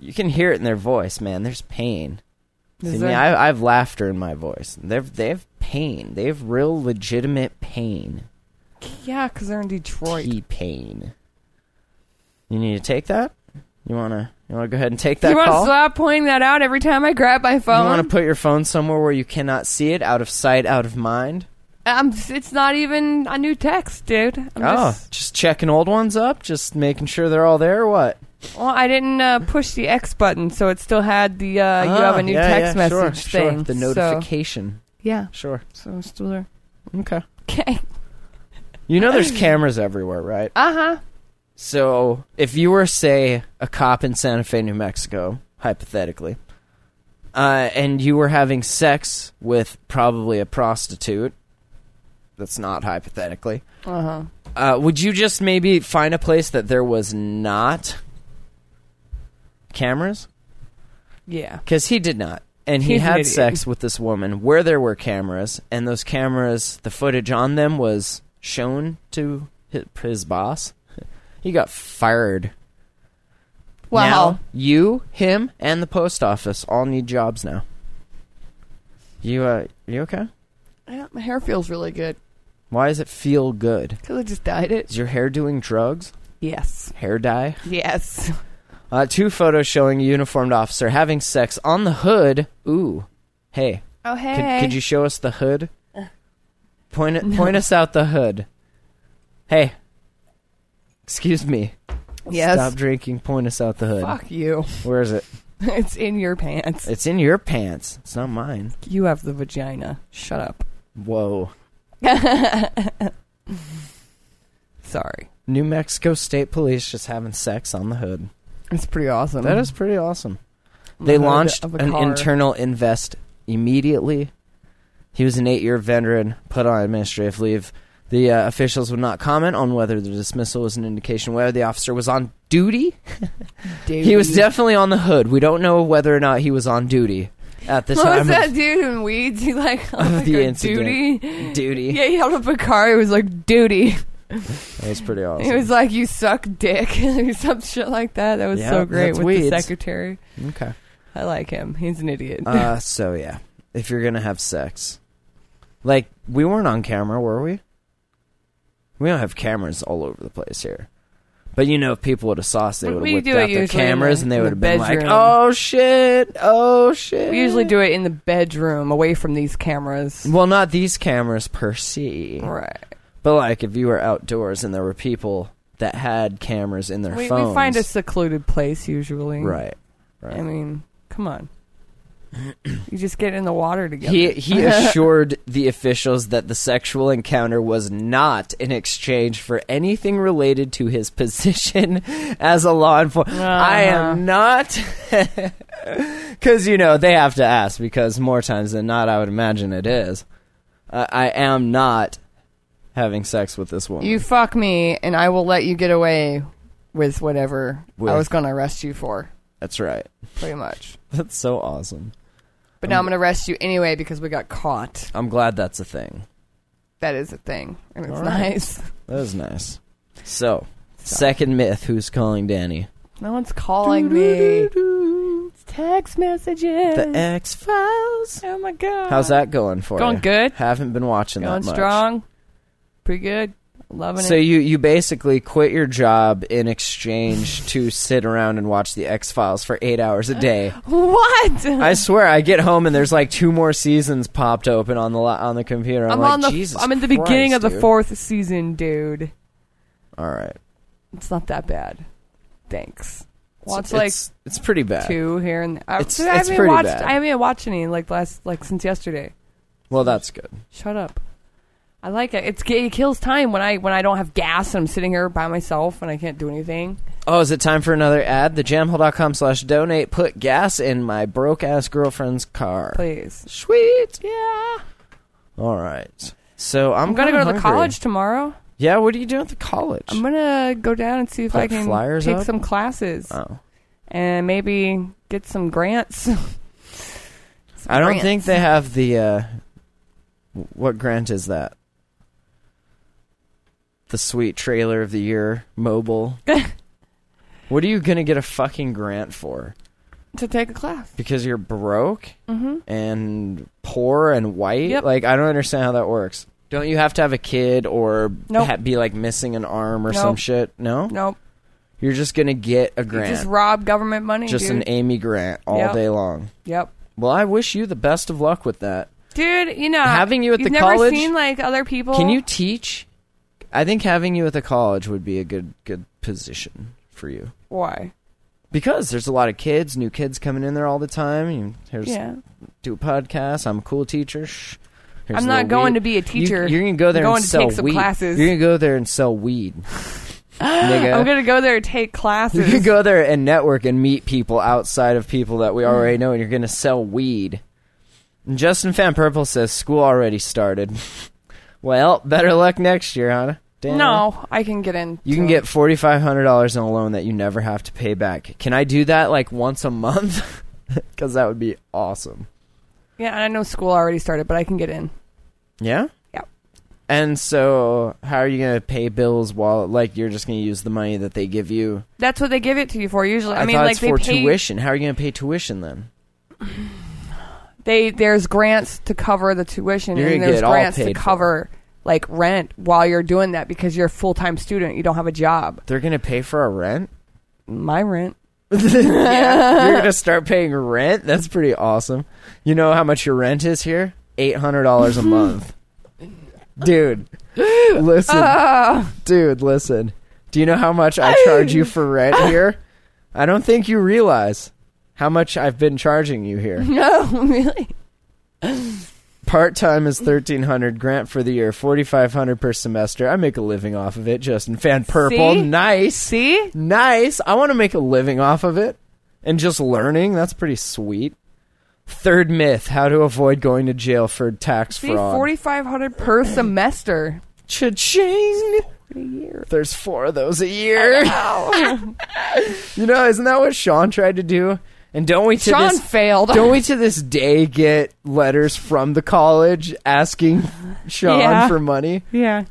[SPEAKER 1] you can hear it in their voice, man. There's pain.
[SPEAKER 2] Is
[SPEAKER 1] See,
[SPEAKER 2] there-
[SPEAKER 1] me, I, I have laughter in my voice. They've they have pain. They have real legitimate pain.
[SPEAKER 2] yeah, because they're in Detroit.
[SPEAKER 1] Key pain. You need to take that. You wanna you wanna go ahead and take that
[SPEAKER 2] you want to
[SPEAKER 1] call.
[SPEAKER 2] stop pointing that out every time I grab my
[SPEAKER 1] you
[SPEAKER 2] phone?
[SPEAKER 1] wanna put your phone somewhere where you cannot see it, out of sight, out of mind.
[SPEAKER 2] I'm, it's not even a new text, dude. I'm
[SPEAKER 1] oh,
[SPEAKER 2] just,
[SPEAKER 1] just checking old ones up, just making sure they're all there. Or what?
[SPEAKER 2] well, I didn't uh, push the X button, so it still had the uh, you have
[SPEAKER 1] Ah,
[SPEAKER 2] a new
[SPEAKER 1] yeah,
[SPEAKER 2] text
[SPEAKER 1] yeah, sure,
[SPEAKER 2] message
[SPEAKER 1] sure,
[SPEAKER 2] thing.
[SPEAKER 1] The
[SPEAKER 2] so-
[SPEAKER 1] notification.
[SPEAKER 2] yeah,
[SPEAKER 1] Sure.
[SPEAKER 2] so it's still there.
[SPEAKER 1] Okay.
[SPEAKER 2] Okay. (clears throat)
[SPEAKER 1] You know, there's cameras everywhere, right?
[SPEAKER 2] Uh huh.
[SPEAKER 1] So if you were, say, a cop in Santa Fe, New Mexico, hypothetically, uh, and you were having sex with probably a prostitute, that's not hypothetically.
[SPEAKER 2] Uh-huh.
[SPEAKER 1] Uh, would you just maybe find a place that there was not cameras?
[SPEAKER 2] Yeah.
[SPEAKER 1] Because he did not. And he
[SPEAKER 2] He's an
[SPEAKER 1] had
[SPEAKER 2] idiot.
[SPEAKER 1] sex with this woman where there were cameras, and those cameras, the footage on them was shown to hi- his boss. (laughs) He got fired.
[SPEAKER 2] Wow.
[SPEAKER 1] Now, you, him, and the post office all need jobs now. You, uh, you okay?
[SPEAKER 2] Yeah, my hair feels really good
[SPEAKER 1] Why does it feel good?
[SPEAKER 2] because I just dyed it.
[SPEAKER 1] Is your hair doing drugs?
[SPEAKER 2] Yes.
[SPEAKER 1] Hair dye?
[SPEAKER 2] Yes.
[SPEAKER 1] Uh, two photos showing a uniformed officer having sex on the hood. Ooh. Hey,
[SPEAKER 2] Oh hey. Uh.
[SPEAKER 1] Could, could you show us the hood? Point
[SPEAKER 2] (laughs)
[SPEAKER 1] it, point us out the hood. Hey, excuse me.
[SPEAKER 2] yes.
[SPEAKER 1] Stop drinking. Point us out the hood.
[SPEAKER 2] Fuck you. (laughs)
[SPEAKER 1] Where is it?
[SPEAKER 2] it's in your pants.
[SPEAKER 1] It's in your pants. It's not mine.
[SPEAKER 2] you have the vagina. Shut up.
[SPEAKER 1] Whoa.
[SPEAKER 2] Sorry.
[SPEAKER 1] New Mexico State Police just having sex on the hood.
[SPEAKER 2] It's pretty awesome.
[SPEAKER 1] That is pretty awesome. They
[SPEAKER 2] hood
[SPEAKER 1] launched
[SPEAKER 2] of a
[SPEAKER 1] an
[SPEAKER 2] car.
[SPEAKER 1] internal invest immediately. He was an eight-year veteran put on administrative leave. The uh, officials would not comment on whether the dismissal was an indication whether the officer was on duty
[SPEAKER 2] Dude.
[SPEAKER 1] He was definitely on the hood. We don't know whether or not he was on duty at the
[SPEAKER 2] (laughs) What
[SPEAKER 1] time
[SPEAKER 2] was
[SPEAKER 1] of-
[SPEAKER 2] that dude in Weeds? He like (laughs) held
[SPEAKER 1] Of (laughs)
[SPEAKER 2] up
[SPEAKER 1] the
[SPEAKER 2] a
[SPEAKER 1] incident.
[SPEAKER 2] duty.
[SPEAKER 1] duty.
[SPEAKER 2] Yeah, he held up a car. He was like duty. (laughs)
[SPEAKER 1] That was pretty awesome.
[SPEAKER 2] He was like, "You suck, dick," (laughs) or some shit like that. That was
[SPEAKER 1] Yeah,
[SPEAKER 2] so great
[SPEAKER 1] that's
[SPEAKER 2] with
[SPEAKER 1] Weeds.
[SPEAKER 2] the secretary.
[SPEAKER 1] okay.
[SPEAKER 2] I like him. He's an idiot.
[SPEAKER 1] Uh, so yeah, if you're gonna have sex, like we weren't on camera, were we? We don't have cameras all over the place here. But you know, if people would have saw us, they
[SPEAKER 2] But
[SPEAKER 1] would
[SPEAKER 2] we
[SPEAKER 1] have whipped
[SPEAKER 2] do it
[SPEAKER 1] out their
[SPEAKER 2] usually in
[SPEAKER 1] cameras
[SPEAKER 2] the-
[SPEAKER 1] and they
[SPEAKER 2] in the
[SPEAKER 1] would have been like,
[SPEAKER 2] bedroom.
[SPEAKER 1] "Oh shit! Oh shit!"
[SPEAKER 2] (laughs) we usually do it in the bedroom, away from these cameras.
[SPEAKER 1] Well, not these cameras per se,
[SPEAKER 2] Right.
[SPEAKER 1] but like if you were outdoors and there were people that had cameras in their
[SPEAKER 2] We, we
[SPEAKER 1] phones,
[SPEAKER 2] find a secluded place usually.
[SPEAKER 1] right.
[SPEAKER 2] I mean,
[SPEAKER 1] (clears throat)
[SPEAKER 2] come on. you just get in the water together.
[SPEAKER 1] He he assured the officials that the sexual encounter was not in exchange for anything related to his (laughs) position as a law enforcement. I am not, (laughs) because you know they have to ask. Because more times than not, I would imagine it is. Uh, I am not having sex with this woman.
[SPEAKER 2] you fuck me, and I will let you get away with whatever
[SPEAKER 1] With-
[SPEAKER 2] I was going to arrest you for,
[SPEAKER 1] That's right. (laughs)
[SPEAKER 2] pretty much.
[SPEAKER 1] That's so awesome.
[SPEAKER 2] But
[SPEAKER 1] Um,
[SPEAKER 2] now I'm going to arrest you anyway because we got caught.
[SPEAKER 1] I'm glad that's a thing.
[SPEAKER 2] That is a thing, and it's
[SPEAKER 1] All right.
[SPEAKER 2] nice. (laughs)
[SPEAKER 1] That was nice. So, second myth. Who's calling Danny?
[SPEAKER 2] No one's calling me. It's text messages.
[SPEAKER 1] The X Files.
[SPEAKER 2] oh my god.
[SPEAKER 1] How's that going for
[SPEAKER 2] Going
[SPEAKER 1] you?
[SPEAKER 2] good.
[SPEAKER 1] Haven't been watching
[SPEAKER 2] Going
[SPEAKER 1] that much.
[SPEAKER 2] strong. Pretty good. Loving
[SPEAKER 1] So
[SPEAKER 2] it.
[SPEAKER 1] you you basically quit your job in exchange to sit around and watch the X Files for eight hours a day.
[SPEAKER 2] What?
[SPEAKER 1] I swear, I get home and there's like two more seasons popped open on the li- on the computer. I'm,
[SPEAKER 2] (laughs) I'm
[SPEAKER 1] like,
[SPEAKER 2] on the.
[SPEAKER 1] Jesus.
[SPEAKER 2] I'm in the beginning
[SPEAKER 1] Christ,
[SPEAKER 2] of the
[SPEAKER 1] dude."
[SPEAKER 2] fourth season, dude.
[SPEAKER 1] All right,
[SPEAKER 2] It's not that bad. Thanks. Watch
[SPEAKER 1] it's,
[SPEAKER 2] like
[SPEAKER 1] it's, it's pretty bad.
[SPEAKER 2] two here and there.
[SPEAKER 1] It's-
[SPEAKER 2] I
[SPEAKER 1] it's
[SPEAKER 2] haven't even
[SPEAKER 1] pretty
[SPEAKER 2] watched.
[SPEAKER 1] bad.
[SPEAKER 2] I haven't even watched any like last like since yesterday.
[SPEAKER 1] Well, that's good.
[SPEAKER 2] Shut up. I like it. It's it kills time when I when I don't have gas and I'm sitting here by myself and I can't do anything.
[SPEAKER 1] Oh, is it time for another ad? Thejamhole.com slash donate. Put gas in my broke ass girlfriend's car.
[SPEAKER 2] Please.
[SPEAKER 1] Sweet.
[SPEAKER 2] Yeah.
[SPEAKER 1] All right. So I'm,
[SPEAKER 2] I'm gonna
[SPEAKER 1] kinda
[SPEAKER 2] go to the
[SPEAKER 1] hungry.
[SPEAKER 2] college tomorrow.
[SPEAKER 1] Yeah, what are you doing at the college?
[SPEAKER 2] I'm gonna go down and see if I
[SPEAKER 1] Put
[SPEAKER 2] can
[SPEAKER 1] flyers
[SPEAKER 2] take
[SPEAKER 1] up?
[SPEAKER 2] some classes
[SPEAKER 1] oh.
[SPEAKER 2] and maybe get some grants. (laughs) Some
[SPEAKER 1] I don't
[SPEAKER 2] grants.
[SPEAKER 1] think they have the uh what grant is that? The sweet trailer of the year mobile.
[SPEAKER 2] (laughs)
[SPEAKER 1] what are you going to get a fucking grant for?
[SPEAKER 2] to take a class.
[SPEAKER 1] Because you're broke and poor and white?
[SPEAKER 2] Mm-hmm. Yep.
[SPEAKER 1] Like I don't understand how that works. Don't you have to have a kid or
[SPEAKER 2] Nope.
[SPEAKER 1] ha- be like missing an arm or some
[SPEAKER 2] Nope.
[SPEAKER 1] shit? No?
[SPEAKER 2] Nope.
[SPEAKER 1] You're just going to get a
[SPEAKER 2] You
[SPEAKER 1] grant.
[SPEAKER 2] just rob government money.
[SPEAKER 1] Just
[SPEAKER 2] dude.
[SPEAKER 1] an Amy grant all
[SPEAKER 2] Yep.
[SPEAKER 1] day long.
[SPEAKER 2] Yep.
[SPEAKER 1] Well, I wish you the best of luck with that.
[SPEAKER 2] Dude, you know,
[SPEAKER 1] Having you at
[SPEAKER 2] you've
[SPEAKER 1] the
[SPEAKER 2] never
[SPEAKER 1] college-
[SPEAKER 2] seen like other people.
[SPEAKER 1] Can you teach? I think having you at the college would be a good good position for you
[SPEAKER 2] Why?
[SPEAKER 1] because there's a lot of kids, new kids coming in there all the time. You here's
[SPEAKER 2] Yeah.
[SPEAKER 1] do a podcast. I'm a cool teacher. Shh. Here's
[SPEAKER 2] I'm
[SPEAKER 1] a
[SPEAKER 2] not
[SPEAKER 1] little
[SPEAKER 2] going
[SPEAKER 1] weed.
[SPEAKER 2] to be a teacher.
[SPEAKER 1] You, are gonna go there
[SPEAKER 2] I'm going
[SPEAKER 1] and
[SPEAKER 2] to
[SPEAKER 1] sell
[SPEAKER 2] take some
[SPEAKER 1] weed.
[SPEAKER 2] classes. (gasps)
[SPEAKER 1] You're gonna go there and sell weed. nigga.
[SPEAKER 2] I'm gonna go there and take
[SPEAKER 1] (laughs)
[SPEAKER 2] classes.
[SPEAKER 1] you can go there and network and meet people outside of people that
[SPEAKER 2] Mm.
[SPEAKER 1] we already know, and you're going to sell weed. And Justin Fan Purple says school already started. (laughs) well, better luck next year, huh? Damn.
[SPEAKER 2] (laughs) no, I can get in.
[SPEAKER 1] You can
[SPEAKER 2] to-
[SPEAKER 1] get forty five hundred dollars in a loan that you never have to pay back. Can I do that like once a month? (laughs) Because that would be awesome.
[SPEAKER 2] Yeah, I know school already started, but I can get in.
[SPEAKER 1] Yeah.
[SPEAKER 2] Yep.
[SPEAKER 1] And so, how are you gonna pay bills while like you're just gonna use the money that they give you?
[SPEAKER 2] That's what they give it to you for usually. I, mean,
[SPEAKER 1] thought
[SPEAKER 2] like
[SPEAKER 1] it's
[SPEAKER 2] they
[SPEAKER 1] for
[SPEAKER 2] pay.
[SPEAKER 1] tuition. How are you gonna pay tuition then?
[SPEAKER 2] They there's grants to cover the tuition,
[SPEAKER 1] You're
[SPEAKER 2] and
[SPEAKER 1] gonna
[SPEAKER 2] there's
[SPEAKER 1] get all
[SPEAKER 2] grants to
[SPEAKER 1] paid for.
[SPEAKER 2] cover like rent while you're doing that because you're a full time student. You don't have a job.
[SPEAKER 1] They're gonna pay for our rent.
[SPEAKER 2] My rent.
[SPEAKER 1] (laughs) you're gonna start paying rent. That's pretty awesome. You know how much your rent is here? Eight hundred dollars a month, (laughs) dude. Listen, Ah. dude, listen. Do you know how much I charge you for (laughs) rent here? I don't think you realize how much I've been charging you here.
[SPEAKER 2] No, (laughs) really.
[SPEAKER 1] Part time is thirteen hundred. Grant for the year forty five hundred per semester. I make a living off of it. Justin Fan Purple,
[SPEAKER 2] See?
[SPEAKER 1] nice.
[SPEAKER 2] See,
[SPEAKER 1] Nice. I want to make a living off of it and just learning. That's pretty sweet. Third myth: How to avoid going to jail for tax
[SPEAKER 2] see,
[SPEAKER 1] fraud.
[SPEAKER 2] forty five
[SPEAKER 1] (clears throat)
[SPEAKER 2] hundred per semester.
[SPEAKER 1] Cha-ching. There's four of those a year. (laughs) you know, isn't that what Sean tried to do? And don't we to
[SPEAKER 2] Sean
[SPEAKER 1] this
[SPEAKER 2] failed. (laughs)
[SPEAKER 1] don't we to this day get letters from the college asking Sean
[SPEAKER 2] Yeah.
[SPEAKER 1] for money?
[SPEAKER 2] yeah,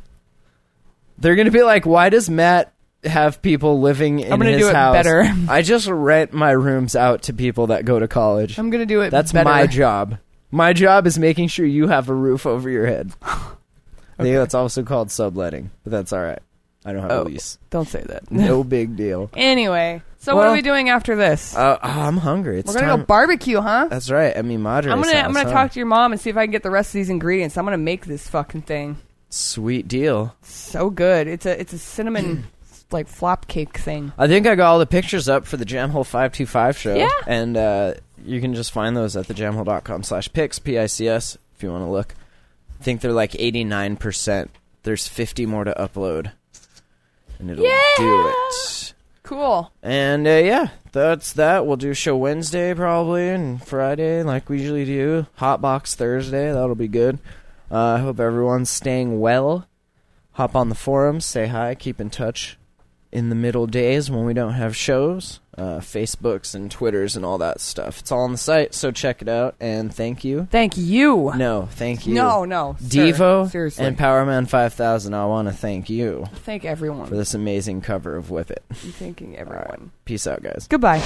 [SPEAKER 1] They're gonna be like, why does Matt have people living in
[SPEAKER 2] I'm gonna
[SPEAKER 1] his
[SPEAKER 2] do it
[SPEAKER 1] house?
[SPEAKER 2] better.
[SPEAKER 1] I just rent my rooms out to people that go to college.
[SPEAKER 2] I'm gonna do it.
[SPEAKER 1] That's
[SPEAKER 2] better.
[SPEAKER 1] my job. My job is making sure you have a roof over your
[SPEAKER 2] (laughs)
[SPEAKER 1] head. I think that's also called subletting, but that's all right. I don't have
[SPEAKER 2] Oh.
[SPEAKER 1] a lease.
[SPEAKER 2] Don't say that. (laughs)
[SPEAKER 1] No big deal.
[SPEAKER 2] Anyway, so what
[SPEAKER 1] Well-
[SPEAKER 2] are we doing after this?
[SPEAKER 1] Uh, oh, I'm hungry. It's
[SPEAKER 2] We're gonna
[SPEAKER 1] time.
[SPEAKER 2] go barbecue, huh?
[SPEAKER 1] that's right. I mean, Madre's
[SPEAKER 2] I'm gonna
[SPEAKER 1] house,
[SPEAKER 2] I'm gonna
[SPEAKER 1] huh?
[SPEAKER 2] talk to your mom and see if I can get the rest of these ingredients. I'm gonna make this fucking thing.
[SPEAKER 1] Sweet deal.
[SPEAKER 2] So good. It's a it's
[SPEAKER 1] (clears throat)
[SPEAKER 2] a cinnamon like flop cake thing.
[SPEAKER 1] I think I got all the pictures up for the Jamhole 525 show.
[SPEAKER 2] Yeah.
[SPEAKER 1] And uh, you can just find those at thejamhole.com slash pics, P-I-C-S, if you want to look. I think they're like 89%. There's 50 more to upload. And it'll do it.
[SPEAKER 2] Cool.
[SPEAKER 1] And uh, yeah, that's that. We'll do show Wednesday probably and Friday like we usually do. Hotbox Thursday, that'll be good. Uh, I hope everyone's staying well. Hop on the forums, say hi, keep in touch in the middle days when we don't have shows, uh, Facebooks and Twitters and all that stuff. It's all on the site, so check it out. And thank you.
[SPEAKER 2] Thank you.
[SPEAKER 1] No, thank you.
[SPEAKER 2] No, no, sir.
[SPEAKER 1] Devo
[SPEAKER 2] Seriously.
[SPEAKER 1] and Powerman 5000, I want to thank you
[SPEAKER 2] Thank everyone.
[SPEAKER 1] for this amazing cover of Whip It.
[SPEAKER 2] I'm thanking everyone.
[SPEAKER 1] Peace out, guys.
[SPEAKER 2] Goodbye.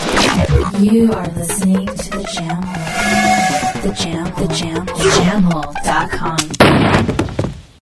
[SPEAKER 3] You are listening to the Jam Hole. The Jam, the Jam, the Jam Hole dot com.